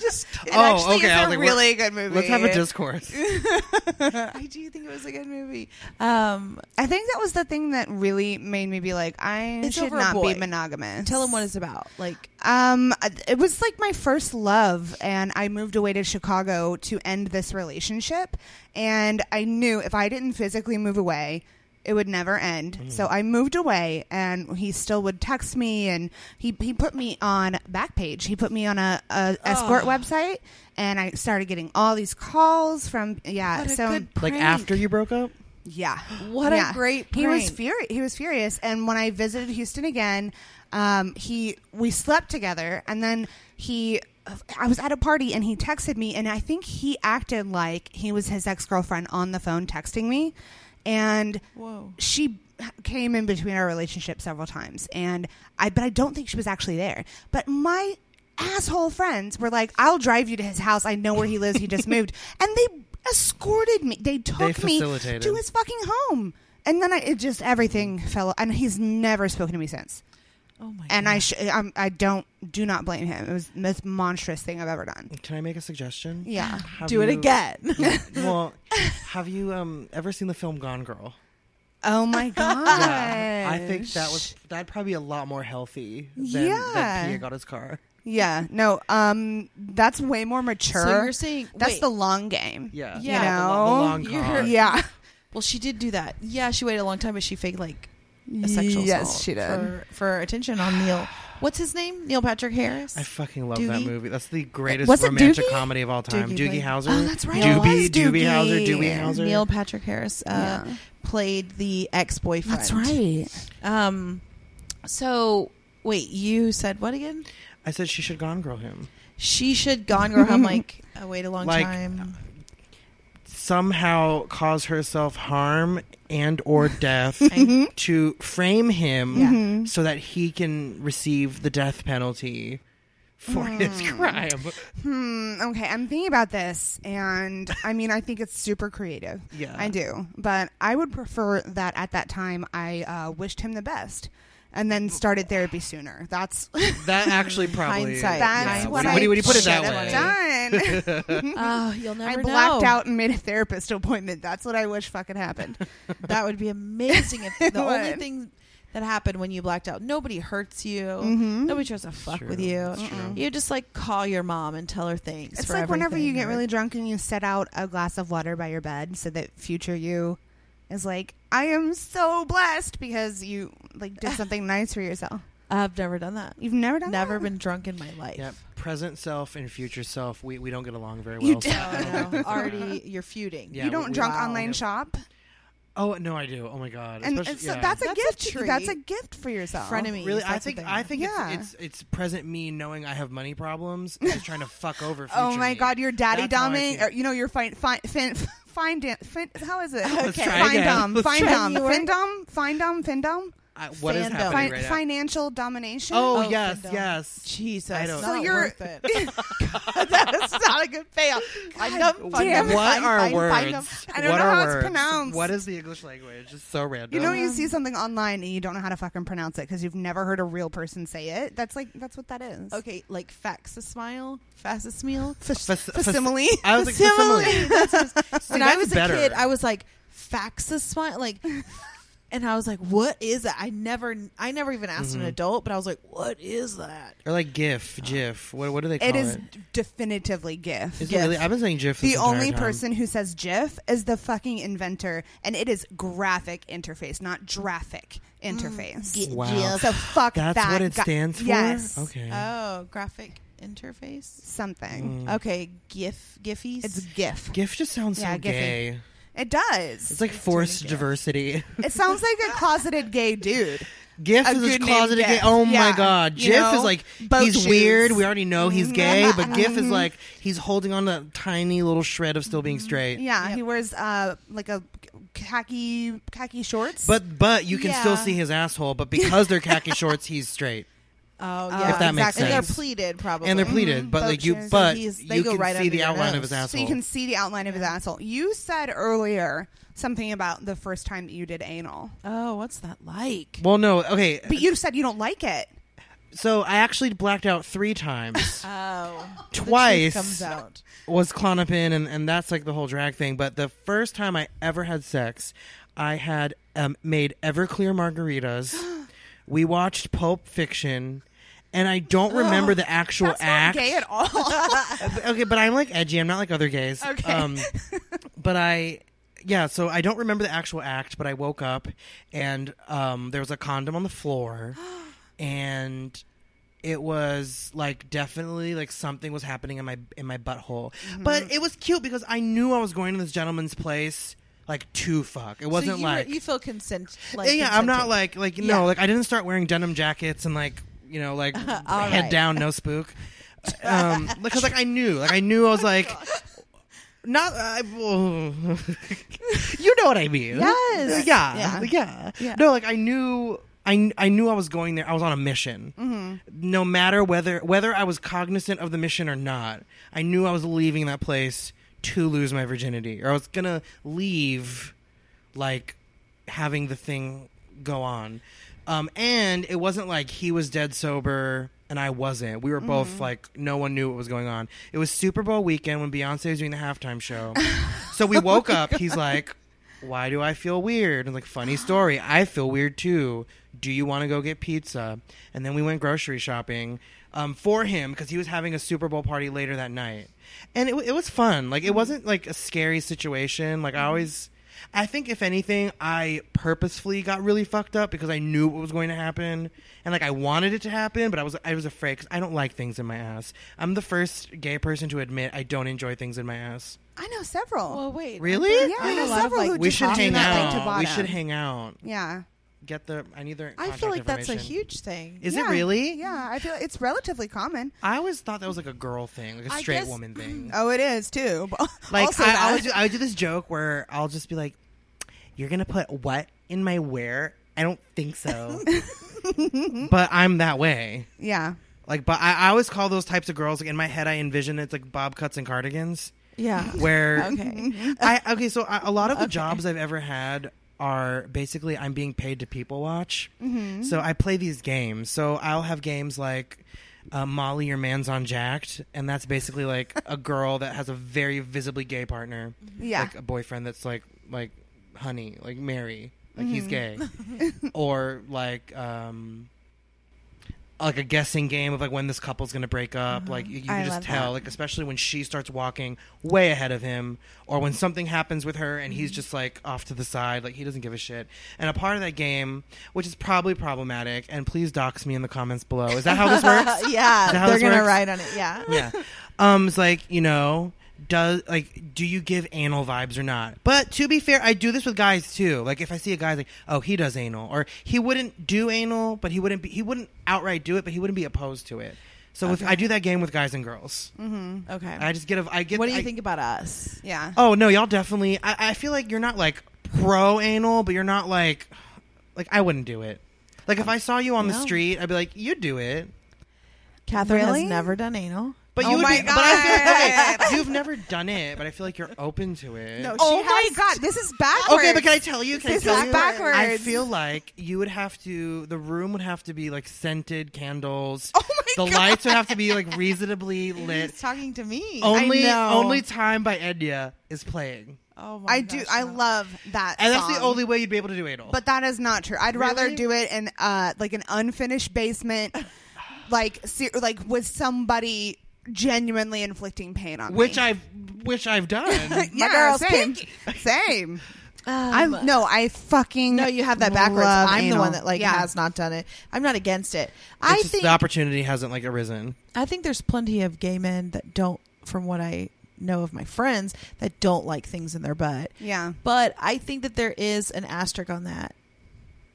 Just Oh, actually okay. is I a was like, we're- really good movie. Let's have a discourse. I do think it was a good movie. Um, I think that was the thing that really made me be like, I It's should over a not be boy. monogamous. tell him what it's about. Like, Um, it was like my first love, and I moved away to Chicago to end this relationship. And I knew if I didn't physically move away, it would never end. Mm. So I moved away, and he still would text me, and he he put me on Backpage. He put me on a, a escort website, and I started getting all these calls from yeah. what a so good Like prank. after you broke up? yeah. What a great He was prank. furious. He was furious. And when I visited Houston again, um, he we slept together, and then he. I was at a party and he texted me, and I think he acted like he was his ex girlfriend on the phone texting me, and Whoa. she came in between our relationship several times, and I but I don't think she was actually there. But my asshole friends were like, "I'll drive you to his house. I know where he lives. He just moved," and they escorted me. They took They me facilitated. to his fucking home. And then I, it just everything fell, and he's never spoken to me since. Oh my. And God. I, sh- I'm, I don't, do not blame him. It was the most monstrous thing I've ever done. Can I make a suggestion? Yeah. Have do it you- again. Well, have you um ever seen the film Gone Girl? Oh my god. I think that was that'd probably be a lot more healthy than, Yeah. than Pia got his car. Yeah. No. Um. That's way more mature. So you're saying that's wait. the long game. Yeah. Yeah. The lo- the long You're- car. Yeah. well, she did do that. Yeah, she waited a long time, but she faked like a sexual Yes, assault she did. for, for attention on Neil. What's his name? Neil Patrick Harris. I fucking love Doogie? that movie. That's the greatest Was it romantic Doogie? comedy of all time. Doogie Doogie, played- Howser. Oh, that's right. It Doobie, was Doogie Howser, Doogie. Doogie Howser. Neil Patrick Harris uh, Yeah. played the ex-boyfriend. That's right. Um, so wait, you said what again? I said she should Gone Girl him. She should gone girl home like I wait a long Like- time. somehow cause herself harm and or death I- to frame him Yeah. so that he can receive the death penalty for his crime. Hmm. Okay, I'm thinking about this, and I mean, I think it's super creative. Yeah. I do, but I would prefer that at that time I uh, wished him the best, and Mm. then started therapy sooner. That's That actually probably. Hindsight. that's yeah. what when, I when you- when you put it should that have way. done. Ah, Oh, you'll never I blacked know. out and made a therapist appointment. That's what I wish fucking happened. That would be amazing if the only would. thing that happened when you blacked out, nobody hurts you. Mhm. Nobody tries to fuck True. with you. It's true. Mm-mm. You just like call your mom and tell her thanks. It's for like whenever everything, you get or- really drunk and you set out a glass of water by your bed so that future you is like, I am so blessed because you like did something nice for yourself. I've never done that. You've never done Never that? been drunk in my life. Yep. Present self and future self, we, we don't get along very well. You so- Oh, no. Already, you're feuding. Yeah. you don't we- drunk Wow. online shop, Oh no, I do. Oh my god. and Especially- and so yeah. that's a That's a gift. treat. that's a gift for yourself. Frenemies. really. I that's what think they I are. think Yeah. it's, it's it's present me knowing I have money problems and just trying to fuck over. Future Oh my me. god, you're daddy That's how I dumbing. feel. Or, you know, you're fine. Fine. Fin, fine. Dan, fin, how is it? Let's try Fine again. dumb. Let's Fine try. dumb. You were- Fin dumb. Fine dumb. Fin dumb. I, what is fandom. happening Fin, right now? financial domination. Oh, Oh, yes, fandom. yes. Jesus, I don't- not So you're- worth it. That's not a good fail. I love fun damn of- it. What fine, are fine, words? fine of- I don't what know are how it's words? pronounced. What is the English language? It's so random. You know, you see something online and you don't know how to fucking pronounce it because you've never heard a real person say it. That's like that's what that is. Okay, like fax a smile, fastest meal. Fas- fas- Facsimile. I was like facsimile. That's what it is. when I that's was a better. kid, I was like fax a smile, like, and I was like, what is that? I never, I never even asked Mm-hmm. an adult, but I was like, what is that? or like GIF, GIF. What what do they call It it? is definitively GIF. Is it GIF. really? I've been saying GIF. this The entire only time. person who says GIF is the fucking inventor, and it is graphic interface, not graphic interface. G- Wow. GIF. So fuck That's that what it guy- stands for. Yes. Okay. Mm. Oh, graphic interface. Something. Okay, GIF, GIFies. It's GIF. GIF just sounds Yeah, so GIFy. gay. It does. It's like forced diversity. it sounds like a closeted gay dude. GIF A is his good name, closeted gay. Gif. Oh Yeah. my god. You GIF know, is like boat he's shoes. Mm-hmm. weird. We already know he's gay, but GIF is like he's holding on to that tiny little shred of still being Mm-hmm. straight. Yeah, Yep. he wears uh like a khaki khaki shorts. But but you can still Yeah. see his asshole. But because they're khaki shorts, he's straight oh, Uh, yeah, if that makes exactly. And they're sense. Mm-hmm. pleated, probably. and they're pleated. But boat like you, Mm-hmm. shoes. but He's- they you go can right see under the your outline of nose. his asshole. So you can see the outline of his asshole. You said earlier something about the first time that you did anal, oh, what's that like? well, no, okay. but you said you don't like it. So I actually blacked out three times. Oh, the truth Twice. comes out. was clonopin and, and that's like the whole drag thing but the first time i ever had sex i had um, made everclear margaritas we watched pulp fiction and i don't remember the actual That's act not gay at all. okay but i'm like edgy i'm not like other gays Um, Okay. but i yeah so i don't remember the actual act but i woke up and um, there was a condom on the floor and it was like definitely like something was happening in my in my butthole. Mm-hmm. But it was cute because I knew I was going to this gentleman's place like to fuck. It wasn't so you, were- like you feel consent. yeah, Like I'm not consenting. like like Yeah. no like I didn't start wearing denim jackets and like you know like head right. down no spook. um, because like I knew like I knew I Oh was like. Not, I, you know what I mean. Yes. Yeah. Yeah. Yeah. Yeah. No, like I knew. I, kn- I knew I was going there. I was on a mission. No matter whether whether I was cognizant of the mission or not, I knew I was leaving that place to lose my virginity, or I was gonna leave, like having the thing go on. Um, and it wasn't like he was dead sober and I wasn't. We were both like no one knew what was going on. It was Super Bowl weekend when Beyonce was doing the halftime show. so we woke up. He's like, why do I feel weird? And like, funny story, I feel weird too. Do you want to go get pizza? And then we went grocery shopping um, for him because he was having a Super Bowl party later that night, and it, w- it was fun. Like, Mm-hmm. it wasn't like a scary situation. Like, I always, I think if anything, I purposefully got really fucked up because I knew what was going to happen, and like I wanted it to happen, but I was I was afraid because I don't like things in my ass. I'm the first gay person to admit I don't enjoy things in my ass. I know several. Well, wait. Really? I, yeah, thought- I I know a lot of, several like, who We just should do hang not like to out. We bottom. should hang out. Yeah, Get the. I need their. I feel contact like that's a information. huge thing. Is Yeah. it really? yeah. I feel it's relatively common. I always thought that was like a girl thing, like a I straight guess- mm, woman thing. Oh, it is too. but Like also I that. always, do, I would do this joke where I'll just be like, "You're gonna put what in my where? I don't think so." but I'm that way. yeah. Like, but I, I always call those types of girls. Like in my head, I envision it's like bob cuts and cardigans, Yeah. where okay. I okay. So I, a lot of the Okay. jobs I've ever had are basically I'm being paid to people watch. So I play these games. So I'll have games like uh, Molly, your man's on Jacked, and that's basically like a girl that has a very visibly gay partner, Yeah. like a boyfriend that's like like honey, like Mary, like he's gay, or like um. Like a guessing game of like when this couple's gonna break up. Like you, you Uh-huh. I can just love tell, that. like especially when she starts walking way ahead of him, or when something happens with her and he's Mm-hmm. just like off to the side, like he doesn't give a shit. And a part of that game, which is probably problematic, and please dox me in the comments below. Is that how this works? yeah, Is that how they're this gonna works? ride on it. Yeah. yeah. Um, it's like you know, does like do you give anal vibes or not? But to be fair, I do this with guys too. Like if I see a guy like, oh, he does anal, or he wouldn't do anal, but he wouldn't be, he wouldn't outright do it, but he wouldn't be opposed to it. So if Okay. I do that game with guys and girls, Okay. I just get a I get. what do you I- think about us? Yeah. Oh no, y'all definitely. I, I feel like you're not like pro anal, but you're not like like I wouldn't do it. Like if I saw you on the Um, No. street, I'd be like, you do it. Catherine Really? has never done anal. But Oh you would my be, But I feel God. like you've never done it, but I feel like you're open to it. No, Oh She my has- god, this is backwards. okay, but can I tell you? Can This I tell is you? backwards. I feel like you would have to. The room would have to be like scented candles. Oh my the God. lights would have to be like reasonably lit. He's talking to me. Only know. only time by Enya is playing, oh my I do. gosh, I no. love that. and that's the song. only way you'd be able to do anal. But that is not true. I'd rather Really? do it in uh like an unfinished basement, like se- like with somebody genuinely inflicting pain on which me. I've which I've done. yeah, girl's same. Same. I Um, no, I fucking No, you have that backwards. love I'm the anal. one that like Yeah. has not done it. I'm not against it. It's I just think the opportunity hasn't like arisen. I think there's plenty of gay men that don't, from what I know of my friends, that don't like things in their butt. Yeah. But I think that there is an asterisk on that.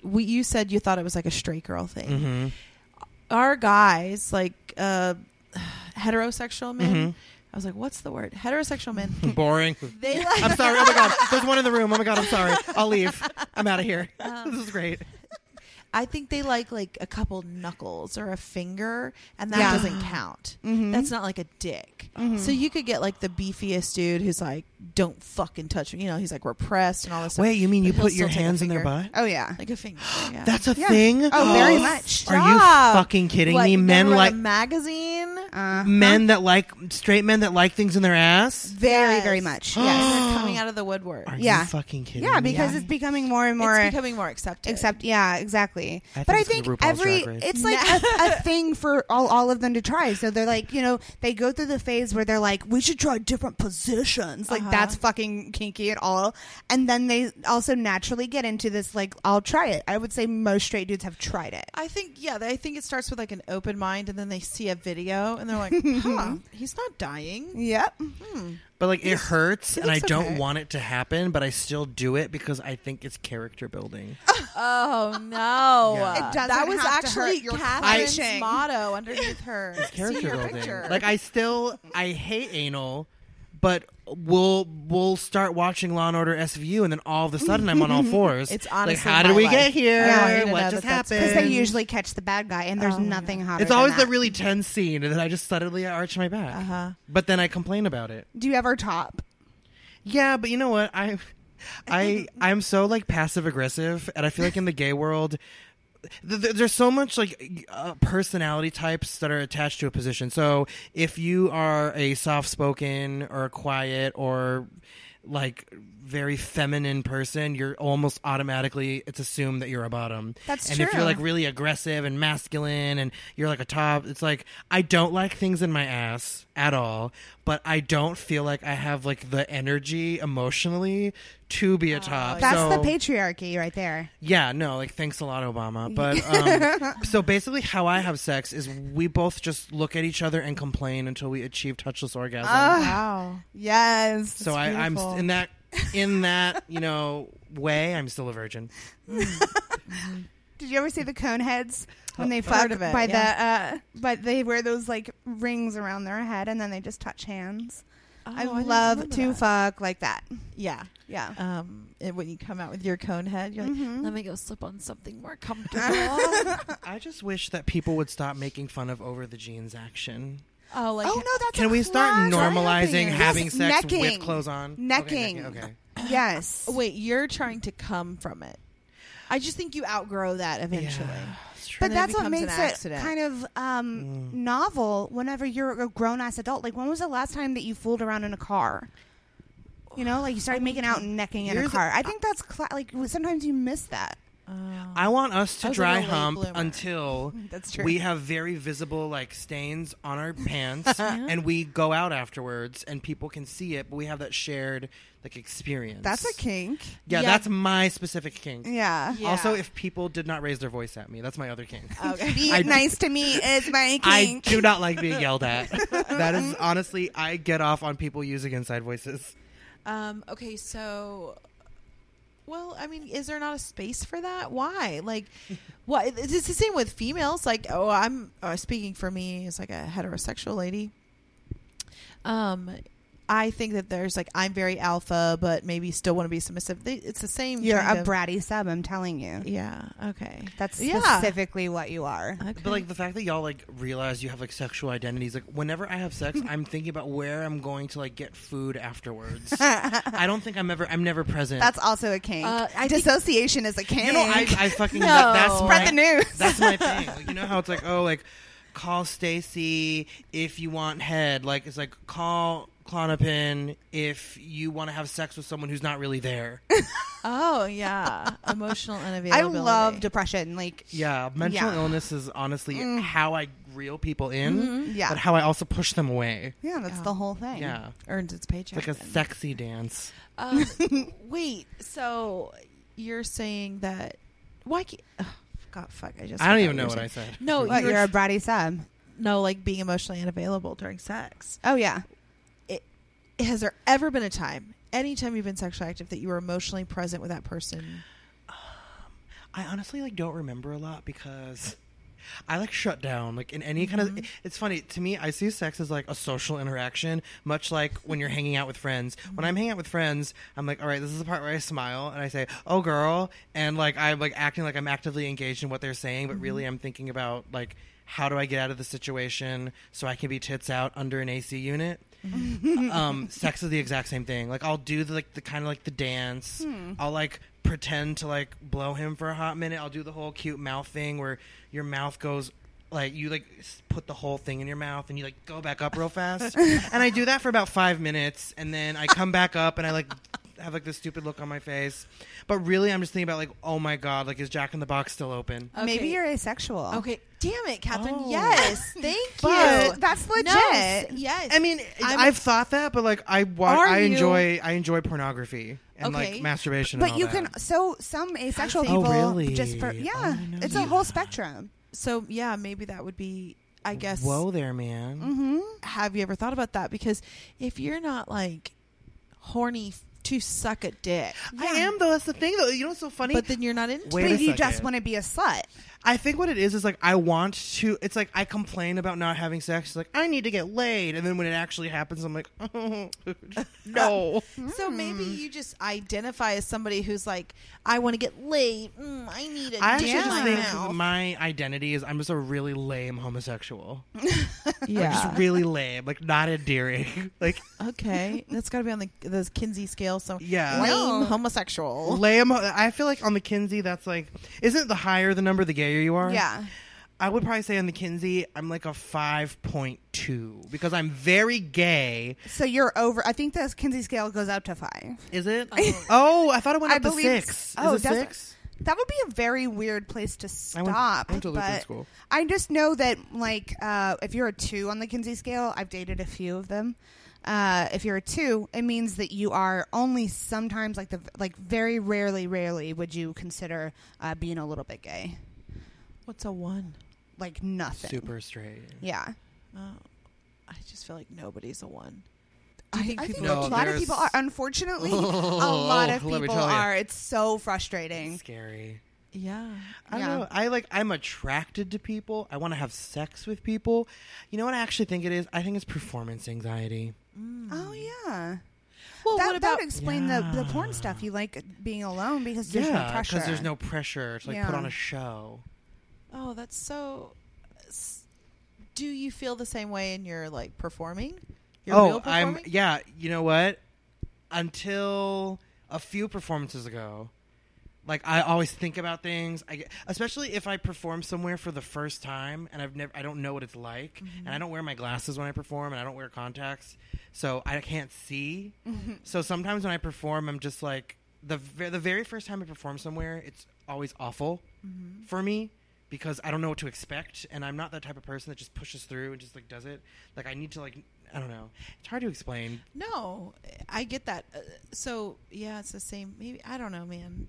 We, you said you thought it was like a straight girl thing. Mm-hmm. Our guys, like uh, heterosexual men, Mhm. I was like, what's the word? Heterosexual men. Boring. They like I'm sorry. Oh my god, there's one in the room. Oh my god, I'm sorry. I'll leave. I'm out of here. this is great. I think they like like a couple knuckles or a finger, and that Yeah. doesn't count. Mm-hmm. Mhm. That's not like a dick. So you could get like the beefiest dude who's like, "Don't fucking touch me," you know. He's like repressed and all this. Wait, stuff. you mean you But he'll put still your take a hands in their finger. butt? Oh yeah. like a finger? Yeah. That's a Yeah. thing. Oh, very much. Are you Stop. fucking kidding What, me? you Men never read like a magazine. Uh, men that like straight men that like things in their ass. very Yes. very much. And Yes. they're coming out of the woodwork. Are Yeah. you fucking kidding? yeah, me? because Yeah. it's becoming more and more it's becoming more accepted. Except, yeah, exactly. I but I think it's think gonna be RuPaul's every Drag Race. it's like a, a thing for all, all of them to try. So they're like, you know, they go through the phase where they're like, we should try different positions. Like Uh-huh. that's fucking kinky at all. And then they also naturally get into this like, I'll try it. I would say most straight dudes have tried it. I think yeah, I think it starts with like an open mind, and then they see a video, and they're like, "Huh, he's not dying." Yep. But like it hurts, and I looks don't okay. want it to happen, but I still do it because I think it's character building. Oh no! Yeah. It doesn't that was have to actually hurt your Catherine's touching. motto underneath her. character See your building. picture. Like I still I hate anal, but we'll we'll start watching Law and Order SVU, and then all of a sudden I'm on all fours. It's honestly like how my did we life. get here? I want you to know what just that that's- Because happened? they usually catch the bad guy, and there's Oh, nothing hotter. it's always than the that. really tense scene, and then I just suddenly arch my back. Uh-huh. But then I complain about it. Do you ever top? Yeah, but you know what? I I I'm so like passive aggressive and I feel like in the gay world th- th- there's so much like uh, personality types that are attached to a position. So if you are a soft-spoken or quiet or like very feminine person, you're almost automatically it's assumed that you're a bottom. That's and if you're true. like really aggressive and masculine and you're like a top, it's like I don't like things in my ass at all, but I don't feel like I have like the energy emotionally to be a top. That's So- the patriarchy right there. yeah, no, like thanks a lot, Obama. But um, so basically, how I have sex is we both just look at each other and complain until we achieve touchless orgasm. Ah, wow. Yes. so I, I'm st- in that in that you know way, I'm still a virgin. Did you ever see the cone heads when they fuck Heard of it, by the uh but they wear those like rings around their head and then they just touch hands. I Oh, I didn't love remember to that. fuck like that. Yeah. Yeah. Um, and when you come out with your cone head, you're like, Mhm. let me go slip on something more comfortable. Oh, I just wish that people would stop making fun of over the jeans action. oh, like oh no, that's Can a we start classic. normalizing Yes, having sex with necking. clothes on? Okay, Necking. Okay. okay. Yes. Wait, you're trying to come from it. I just think you outgrow that eventually. Yeah, it's true. But And then it that's what becomes an makes it accident. kind of um, novel whenever you're a grown ass adult. Like, when was the last time that you fooled around in a car? You know, like you started making out and necking in a Here's- car. I think that's cla- like w- sometimes you miss that. Oh. I want us I to was like a dry late hump bloomer. until That's we have very visible like stains on our pants and we go out afterwards and people can see it, but we have that shared like experience. That's a kink. Yeah, Yeah. that's my specific kink. Yeah. Yeah. Also, if people did not raise their voice at me, that's my other kink. Okay. Be I- nice to me is my I kink. do not like being yelled at. that is honestly, I get off on people using inside voices. um, okay, so well, I mean, is there not a space for that? Why? Like, what? It's the same with females. Like, oh, I'm uh, speaking for me as like a heterosexual lady. Um, I think that there's like I'm very alpha, but maybe still want to be submissive. They, it's the same. You're kind a of- bratty sub. I'm telling you. Yeah. Okay. That's Yeah. specifically what you are. Okay. But like the fact that y'all like realize you have like sexual identities, like whenever I have sex, I'm thinking about where I'm going to like get food afterwards. I don't think I'm ever, I'm never present. That's also a kink. Uh, I think- Dissociation is a kink. you know, I, I fucking No. that- that's Spread my, the news. That's my thing. Like, you know how it's like, oh, like call Stacy if you want head. Like it's like call Clonopin if you want to have sex with someone who's not really there. Oh yeah, emotional unavailability. I love depression. Like, Yeah, mental Yeah. Mm. Mm-hmm. illness is honestly how I reel people in, Mm-hmm. Yeah. but how I also push them away. yeah, that's Yeah. the whole thing. Yeah, earns it's its paycheck. like a then. sexy dance. Um, wait, so you're saying that? Why? Can't, ugh, God, fuck! I just I don't forgot even know you were what I saying. said. No, What, you're, you're a bratty sub. no, like being emotionally unavailable during sex. Oh yeah. It, has there ever been a time, any time you've been sexually active, that you were emotionally present with that person? I honestly like don't remember a lot because I like shut down like in any kind of. It's funny to me. I see sex as like a social interaction, much like when you're hanging out with friends. When I'm hanging out with friends, I'm like, all right, this is the part where I smile and I say, "Oh, girl," and like I'm like acting like I'm actively engaged in what they're saying, but really I'm thinking about like how do I get out of the situation so I can be tits out under an AC unit. um, sex is the exact same thing. Like I'll do the, like the kind of like the dance. I'll like pretend to like blow him for a hot minute. I'll do the whole cute mouth thing where your mouth goes like you like s- put the whole thing in your mouth and you like go back up real fast. and I do that for about 5 minutes and then I come back up and I like have like this stupid look on my face. But really I'm just thinking about like oh my god, like is Jack in the Box still open? Maybe Okay. you're asexual. Okay, damn it, Catherine. Oh. Yes, thank you. But that's No, legit. yes, I mean, I'm- i have thought that, but like I watch, Are I you- enjoy, I enjoy pornography and Okay. like masturbation. and But all you that. can so some asexual Oh, people really? just for yeah, Oh, no. it's a whole spectrum. so yeah, maybe that would be. I guess. Whoa there, man. Mm-hmm. have you ever thought about that? Because if you're not like horny f- to suck a dick, I am though. That's the thing though. You know what's so funny? but then you're not into Wait it. a But you just second. want to be a slut. I think what it is is like I want to. It's like I complain about not having sex. It's like I need to get laid, and then when it actually happens, I'm like, no. So maybe you just identify as somebody who's like, I want to get laid. Mm, I need a I actually dick in just my think mouth. my identity is I'm just a really lame homosexual. Like, yeah. just really lame, like not endearing, like okay, that's got to be on the the Kinsey scale. So Yeah. lame No. homosexual. lame. I feel like on the Kinsey, that's like, isn't the higher the number, the gayer you are? Yeah. I would probably say on the Kinsey, I'm like a five point two because I'm very gay. So you're over. I think the Kinsey scale goes up to five. Is it? Oh, I thought it went I up to believe- six. oh, Is it does it? six? That would be a very weird place to I went- stop. I went to Lutheran but school. I just know that, like, uh, if you're a two on the Kinsey scale, I've dated a few of them. Uh, if you're a two, it means that you are only sometimes like the like very rarely, rarely would you consider uh, being a little bit gay. What's a one? Like nothing. Super straight. Yeah. Oh, I just feel like nobody's a one. I, think I think people No, a lot of there's- people are. Unfortunately, a Oh, lot of let me people tell ya. are. It's so frustrating. Scary. Yeah. I don't Yeah. know. I like. I'm attracted to people. I want to have sex with people. You know what I actually think it is? I think it's performance anxiety. Oh yeah. Hmm. Well, that, what about that would explain the, the porn stuff. Yeah. You like being alone because there's no pressure. because there's no pressure to like put Yeah. on a show. Oh, that's so. s- Do you feel the same way in your like performing? Your real oh, performing? I'm yeah. You know what? Until a few performances ago, like I always think about things. I get, especially if I perform somewhere for the first time and I've never, I don't know what it's like, Mm-hmm. and I don't wear my glasses when I perform, and I don't wear contacts, so I can't see. So sometimes when I perform, I'm just like the ve- the very first time I perform somewhere, it's always awful for me because I don't know what to expect, and I'm not that type of person that just pushes through and just like does it. Like I need to like I don't know. It's hard to explain. No, I get that. Uh, so yeah, it's the same. Maybe I don't know, man.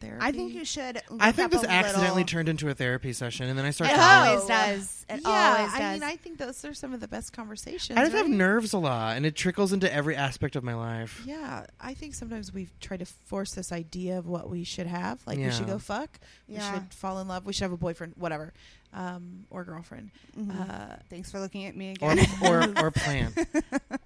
Therapy. I think you should. Look I think up this a accidentally little- turned into a therapy session, and then I start. It crying. always does. It yeah, always does. I mean, I think those are some of the best conversations. I just have right? nerves a lot, and it trickles into every aspect of my life. Yeah, I think sometimes we've tried to force this idea of what we should have. Like we Yeah. should go fuck. Yeah. We should fall in love. We should have a boyfriend, whatever, um, or girlfriend. Mm-hmm. Uh, Thanks for looking at me Mm-hmm. Or, again. or, or plan.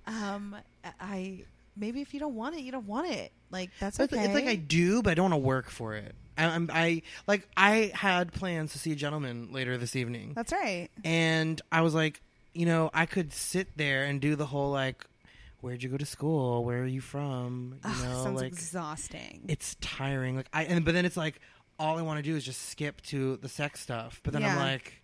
um, I maybe if you don't want it, you don't want it. Like that's It's okay. like- It's like I do, but I don't want to work for it. I, I'm, I like I had plans to see a gentleman later this evening, That's right. and I was like, you know, I could sit there and do the whole like, where'd you go to school? Where are you from? You Ugh, know, ah, sounds like exhausting. it's tiring. Like I, and but then it's like all I want to do is just skip to the sex stuff. But then I'm Yeah. like,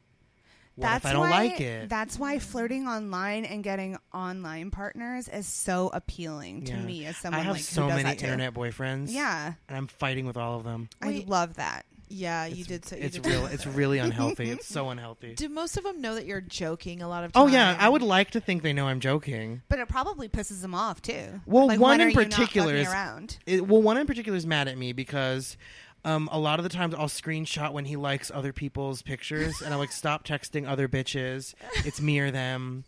what if I don't why- like it? That's why flirting online and getting online partners is so appealing to Yeah. me as I someone have like so who does many that too. internet boyfriends. Yeah, and I'm fighting with all of them. I Wait. love that. yeah, you It's- did. So you it's did real. say It's that. really unhealthy. It's so unhealthy. Do most of them know that you're joking a lot of times? Oh yeah, I would like to think they know I'm joking. But it probably pisses them off too. Well, Like, one when in are you not particular fucking is- around. It, well, one in particular is mad at me because um, a lot of the times I'll screenshot when he likes other people's pictures, and I'm like, stop texting other bitches. It's me or them.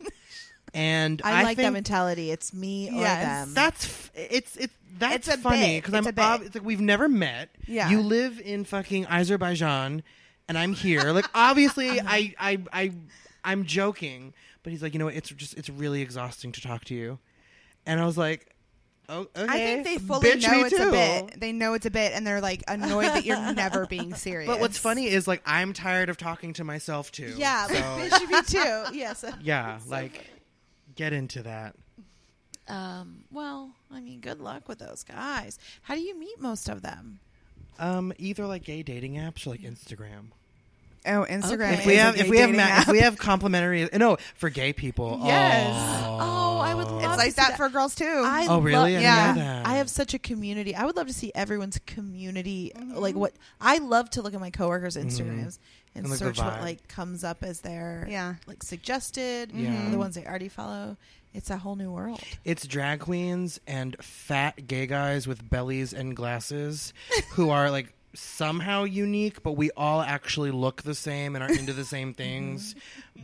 And I, I, like think that mentality. It's me Yes. or them. That's f- it's it's that's It's a funny bit. because It's I'm a bit. ob- it's like we've never met. Yeah. you live in fucking Azerbaijan, and I'm here. Like obviously, I I I I'm joking, but he's like, you know, what? it's just it's really exhausting to talk to you, and I was like, oh, okay. I think they fully Bitch, know me it's a too. bit. They know it's a bit, and they're like annoyed that you're never being serious. But what's funny is like I'm tired of talking to myself too. yeah, like, so, bitch, me too. Yes. yeah, like get into that. Um, well, I mean, good luck with those guys. How do you meet most of them? Um, either like gay dating apps or like Instagram. Oh, Instagram. Okay. If we is a have, if gay we have, dating ma- if app. we have complimentary, no, for gay people. Yes. Oh, Oh, I would it's love- like that for girls too. I Oh, really? lo- I didn't Yeah. know that. I have such a community. I would love to see everyone's community. Like what I love to look at my coworkers' Instagrams and, Mm-hmm. And, like, the search what vibe. like comes up as their Yeah. like suggested. Yeah. or the ones they already follow. It's a whole new world. It's drag queens and fat gay guys with bellies and glasses who are like somehow unique, but we all actually look the same and are into the same things.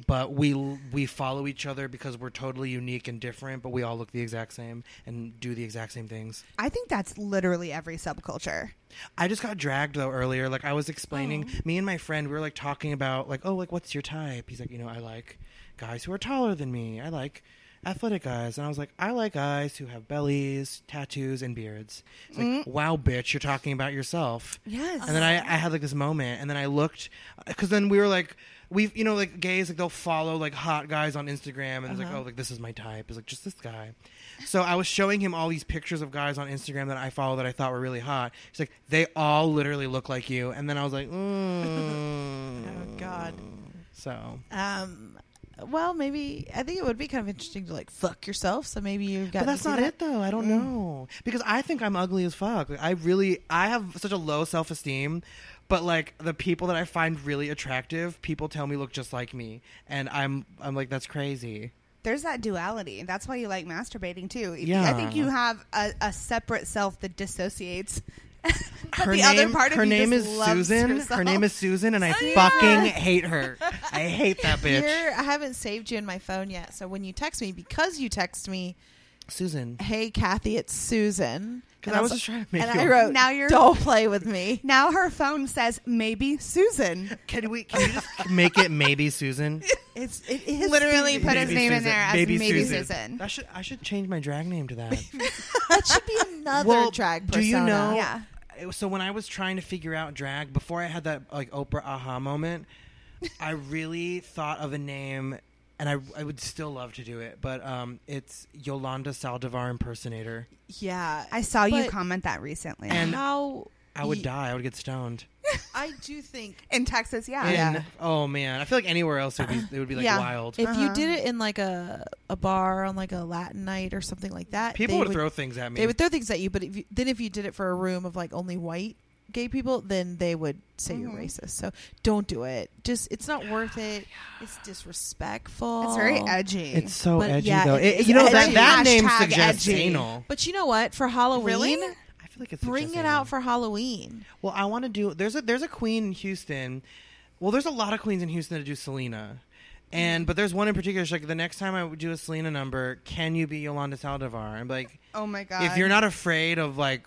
but we we follow each other because we're totally unique and different, but we all look the exact same and do the exact same things. I think that's literally every subculture. I just got dragged though earlier. Like I was explaining, me and my friend, we were like talking about like, oh, like what's your type? He's like, you know, I like guys who are taller than me. I like athletic guys, and I was like, I like guys who have bellies, tattoos, and beards. It's like, wow, bitch, you're talking about yourself. Yes. Um, And then I, I had like this moment, and then I looked, because then we were like, we, you know, like gays, like they'll follow like hot guys on Instagram, and it's like, oh, like this is my type. It's like just this guy. So I was showing him all these pictures of guys on Instagram that I follow that I thought were really hot. He's like, they all literally look like you, and then I was like, mm. Oh God. So. Um. Well, maybe I think it would be kind of interesting to like fuck yourself. So maybe you've got. But that's not it though. I Mm. don't know because I think I'm ugly as fuck. Like, I really, I have such a low self esteem. But like the people that I find really attractive, people tell me look just like me, and I'm I'm like that's crazy. There's that duality. That's why you like masturbating too. If- I Yeah. think you have a, a separate self that dissociates. but her the name, other part of her you name just is loves Oh, Susan. Herself. Her name is Susan, and I fucking hate her. I hate that bitch. You're, I haven't saved you in my phone yet. So when you text me, because you text me, Susan, hey Kathy, it's Susan. Because I was just trying to make And you I wrote, Now you're- don't play with me. Now her phone says maybe Susan. Can we? Can you just make it maybe Susan? It's it is Literally put his Maybe name in Susan. there as maybe, Maybe Susan. Susan. That should I should change my drag name to that. that should be another Well, drag do persona. you know- Yeah. It- so when I was trying to figure out drag before I had that like Oprah aha moment, I really thought of a name, and I I would still love to do it, but um, it's Yolanda Saldivar impersonator. Yeah, I saw you But- comment that recently. And- how I would Ye- die. I would get stoned. I do think in Texas, yeah. And- Yeah. Oh man, I feel like anywhere else it would be, it would be like yeah, wild. If you Uh-huh. did it in like a a bar on like a Latin night or something like that, People they would, throw things at me. they would throw things at you. But if you, then if you did it for a room of like only white gay people, then they would say you're Mhm. racist. So don't do it. Just it's not worth it. It's disrespectful. It's very edgy. it's so But, edgy yeah, though. it It- is you know that edgy. that name Hashtag suggests edgy. anal. But you know what? For Halloween, Really? I feel like it's bring suggests it anal. out for Halloween. Well, I want to do. There's a there's a queen in Houston. Well, there's a lot of queens in Houston that do Selena, and but there's one in particular. She's like, the next time I would do a Selena number, can you be Yolanda Saldivar? I'm like, Oh my god. if you're not afraid of like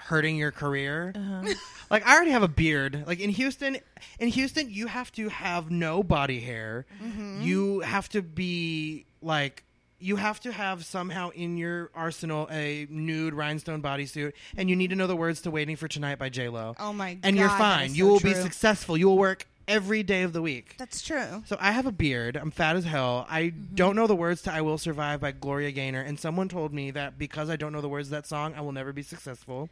hurting your career, Uh-huh. like I already have a beard. Like in Houston, in Houston, you have to have no body hair. Mm-hmm. You have to be like. You have to have somehow in your arsenal a nude rhinestone bodysuit, and you need to know the words to "Waiting for Tonight" by J Lo Oh my god. and you're that fine. is you so will be true. successful. You will work every day of the week. That's true. So I have a beard. I'm fat as hell. I Mm-hmm. don't know the words to "I Will Survive" by Gloria Gaynor, and someone told me that because I don't know the words of that song, I will never be successful.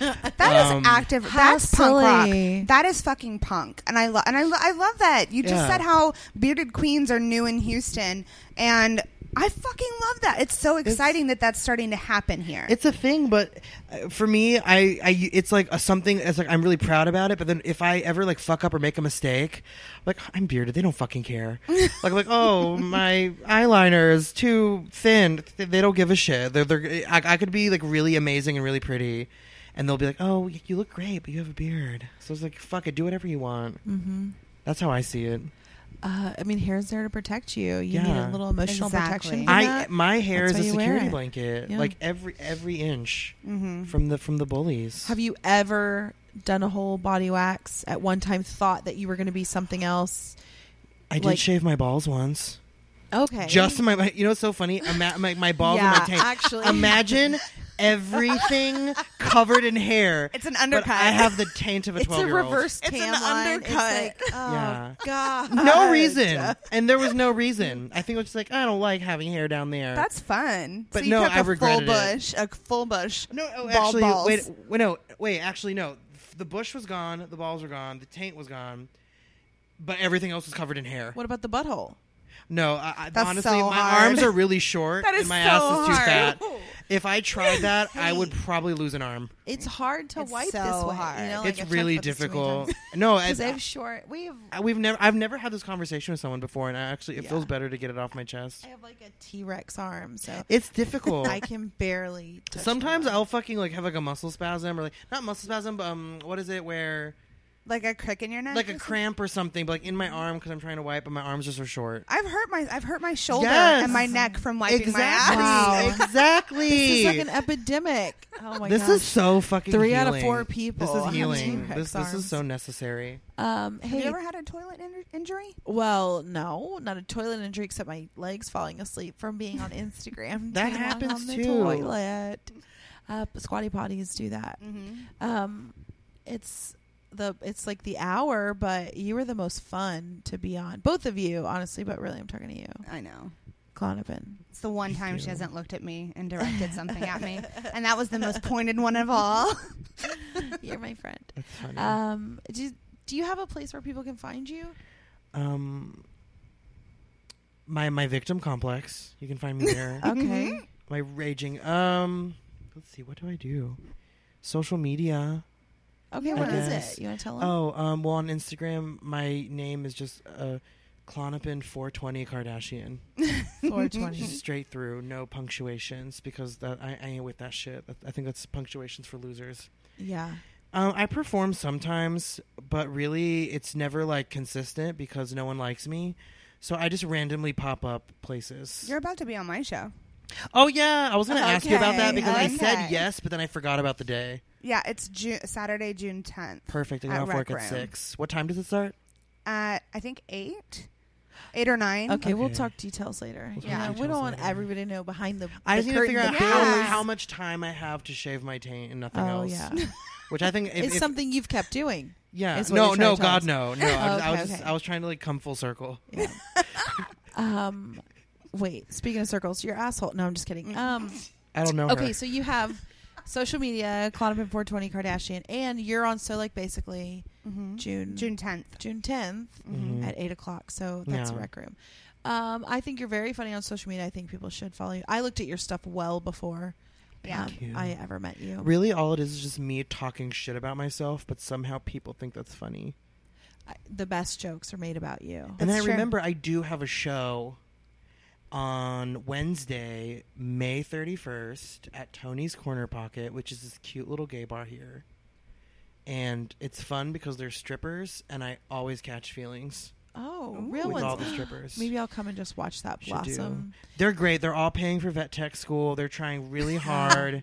That is Um, active. How That's punk silly. rock. That is fucking punk. And I love and I, lo- I love that. You just Yeah. said how bearded queens are new in Houston and I fucking love that. It's so exciting that that's starting to happen here. It's a thing, but uh, for me, I, I it's like a something. It's like I'm really proud about it. But then if I ever like fuck up or make a mistake, like I'm bearded, they don't fucking care. like like oh my eyeliner is too thin. Th- They don't give a shit. They're, they're I, I could be like really amazing and really pretty, and they'll be like oh you look great, but you have a beard. So it's like fuck it, do whatever you want. Mm-hmm. That's how I see it. Uh, I mean, hair's there to protect you. You need Yeah. a little emotional Exactly. protection. for I that. my hair is That's a why you wear security it. blanket, Yeah. like every every inch mm-hmm. from the from the bullies. Have you ever done a whole body wax at one time? Thought that you were going to be something else. I did like- shave my balls once. Okay, Just my, my- you know, it's so funny. Ima- my, my balls yeah, and my taint. Actually, Imagine everything covered in hair. It's an But undercut. I have the taint of a it's a twelve-year-old. reverse It's an tan line. It's undercut. like, oh Yeah. god, No reason, and there was no reason. I think it was just like I don't like having hair down there. That's fun. But so you no, took I a regretted it. full bush, a full bush. no, oh, Ball actually, balls. wait, wait, no, wait, actually, no. The bush was gone, the balls were gone, the taint was gone, but everything else was covered in hair. What about the butthole? No, I, I, That's honestly, so my hard. arms are really short, That is and my so ass is too hard. fat. If I tried that, I would probably lose an arm. It's hard to It's wipe so this way. hard. You know, it's really difficult. No, I, because they have short. We have. I- we've never. I've never had this conversation with someone before, and I actually it Yeah. feels better to get it off my chest. I have like a T Rex arm, so It's difficult. I can barely. touch the Sometimes button. I'll fucking like have like a muscle spasm or like not muscle spasm, but um, what is it where Like a crick in your neck. like or a something? cramp or something, but like in my arm because I'm trying to wipe, but my arms are so short. I've hurt my I've hurt my shoulder Yes. and my neck from wiping exactly, my ass. ass. Wow. exactly. This is like an epidemic. Oh my This gosh. is so fucking. Three out of healing. four people This is have healing. T-Rex This this is arms. so necessary. um, Have you hey, ever had a toilet in- injury? well, no, not a toilet injury except my legs falling asleep from being on Instagram. That too long happens on the too. Toilet. Uh, squatty potties do that. Mm-hmm. Um, it's the it's like the hour, but you were the most fun to be on. Both of you, honestly, but really, I'm talking to you, I know. Clonopin. It's the one Thank time she you. hasn't looked at me and directed something at me, and that was the most pointed one of all. You're my friend. That's funny. Um, do do you have a place where people can find you? um, my my victim complex. You can find me there. Uh, Mm-hmm. Okay. my raging. Um, let's see. What do I do? Social media. Okay, I what is guess. it? You want to tell them? Oh, um, well, on Instagram, my name is just uh, Clonopin420 Kardashian. 420. Just straight through, no punctuations, because that, I, I ain't with that shit. I think that's punctuations for losers. Yeah. Um, I perform sometimes, but really, it's never like consistent because no one likes me. So I just randomly pop up places. You're about to be on my show. Oh yeah, I was going to ask you about that Okay, because I said okay. yes, but then I forgot about the day. Yeah, it's June, Saturday, June 10th. Perfect. I At got off Rec work at Room. six. What time does it start? At I think eight, eight or nine. Okay, we'll Okay. talk details later. We'll talk yeah, we details don't want later. everybody to know behind the. I the just need to curtain, figure out the how, doors. doors. how much time I have to shave my taint and nothing Oh else. yeah, Which I think if, it's if- something you've kept doing. Yeah. is what No, you're trying no, to tell God, us. no, no. I was, I Okay, was just, okay. I was trying to like come full circle. Yeah. um, wait. Speaking of circles, your asshole. No, I'm just kidding. Um, I don't know. okay, her. so you have social media, Clonopin 420 Kardashian, and you're on. So like basically Mhm. June June 10th. June 10th Mhm. at eight o'clock. So that's Yeah. rec room. Um, I think you're very funny on social media. I think people should follow you. I looked at your stuff well before um, Yeah. Thank you. I ever met you. Really, all it is is just me talking shit about myself, but somehow people think that's funny. I, the best jokes are made about you. and then That's I true. remember I do have a show on Wednesday, May 31st at Tony's Corner Pocket, which is this cute little gay bar here. And it's fun because there's strippers, and I always catch feelings Oh, Ooh. real with all ones. the strippers. Maybe I'll come and just watch that Should do. blossom. They're great. They're all paying for vet tech school. They're trying really hard.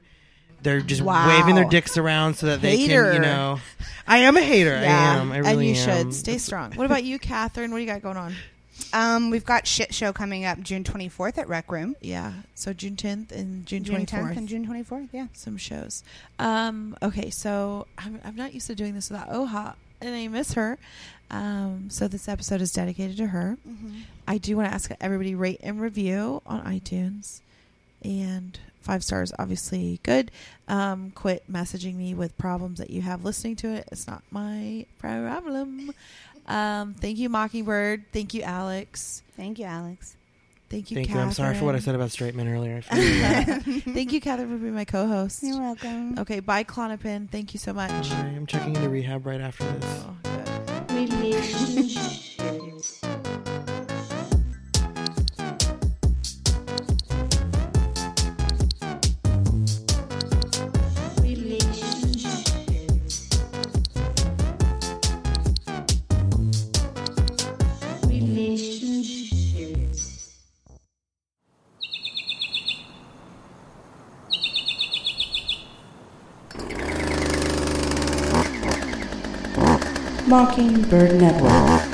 They're just Wow. waving their dicks around so that they can, Hater. you know. I am a hater. I am. I and really you am. should stay strong. What about you, Catherine? What do you got going on? Um, we've got shit show coming up June 24th at Rec Room. Yeah, so June 10th and June, June 24th. 10th and June 24th. Yeah. some shows. Um, okay, so I'm, I'm not used to doing this without Oha, and I miss her. Um, so this episode is dedicated to her. Mm-hmm. I do want to ask everybody rate and review on iTunes, and five stars obviously good. Um, quit messaging me with problems that you have listening to it. It's not my problem. Um, thank you, Mockingbird. Thank you, Alex. Thank you, Alex. Thank you. Thank you. I'm sorry for what I Catherine. said about straight men earlier. I feel really bad. Thank you, Catherine, for being my co-host. You're welcome. Okay, bye, Clonopin. Thank you so much. I'm checking into rehab right after this. Oh, good. Relationships. Mockingbird Network.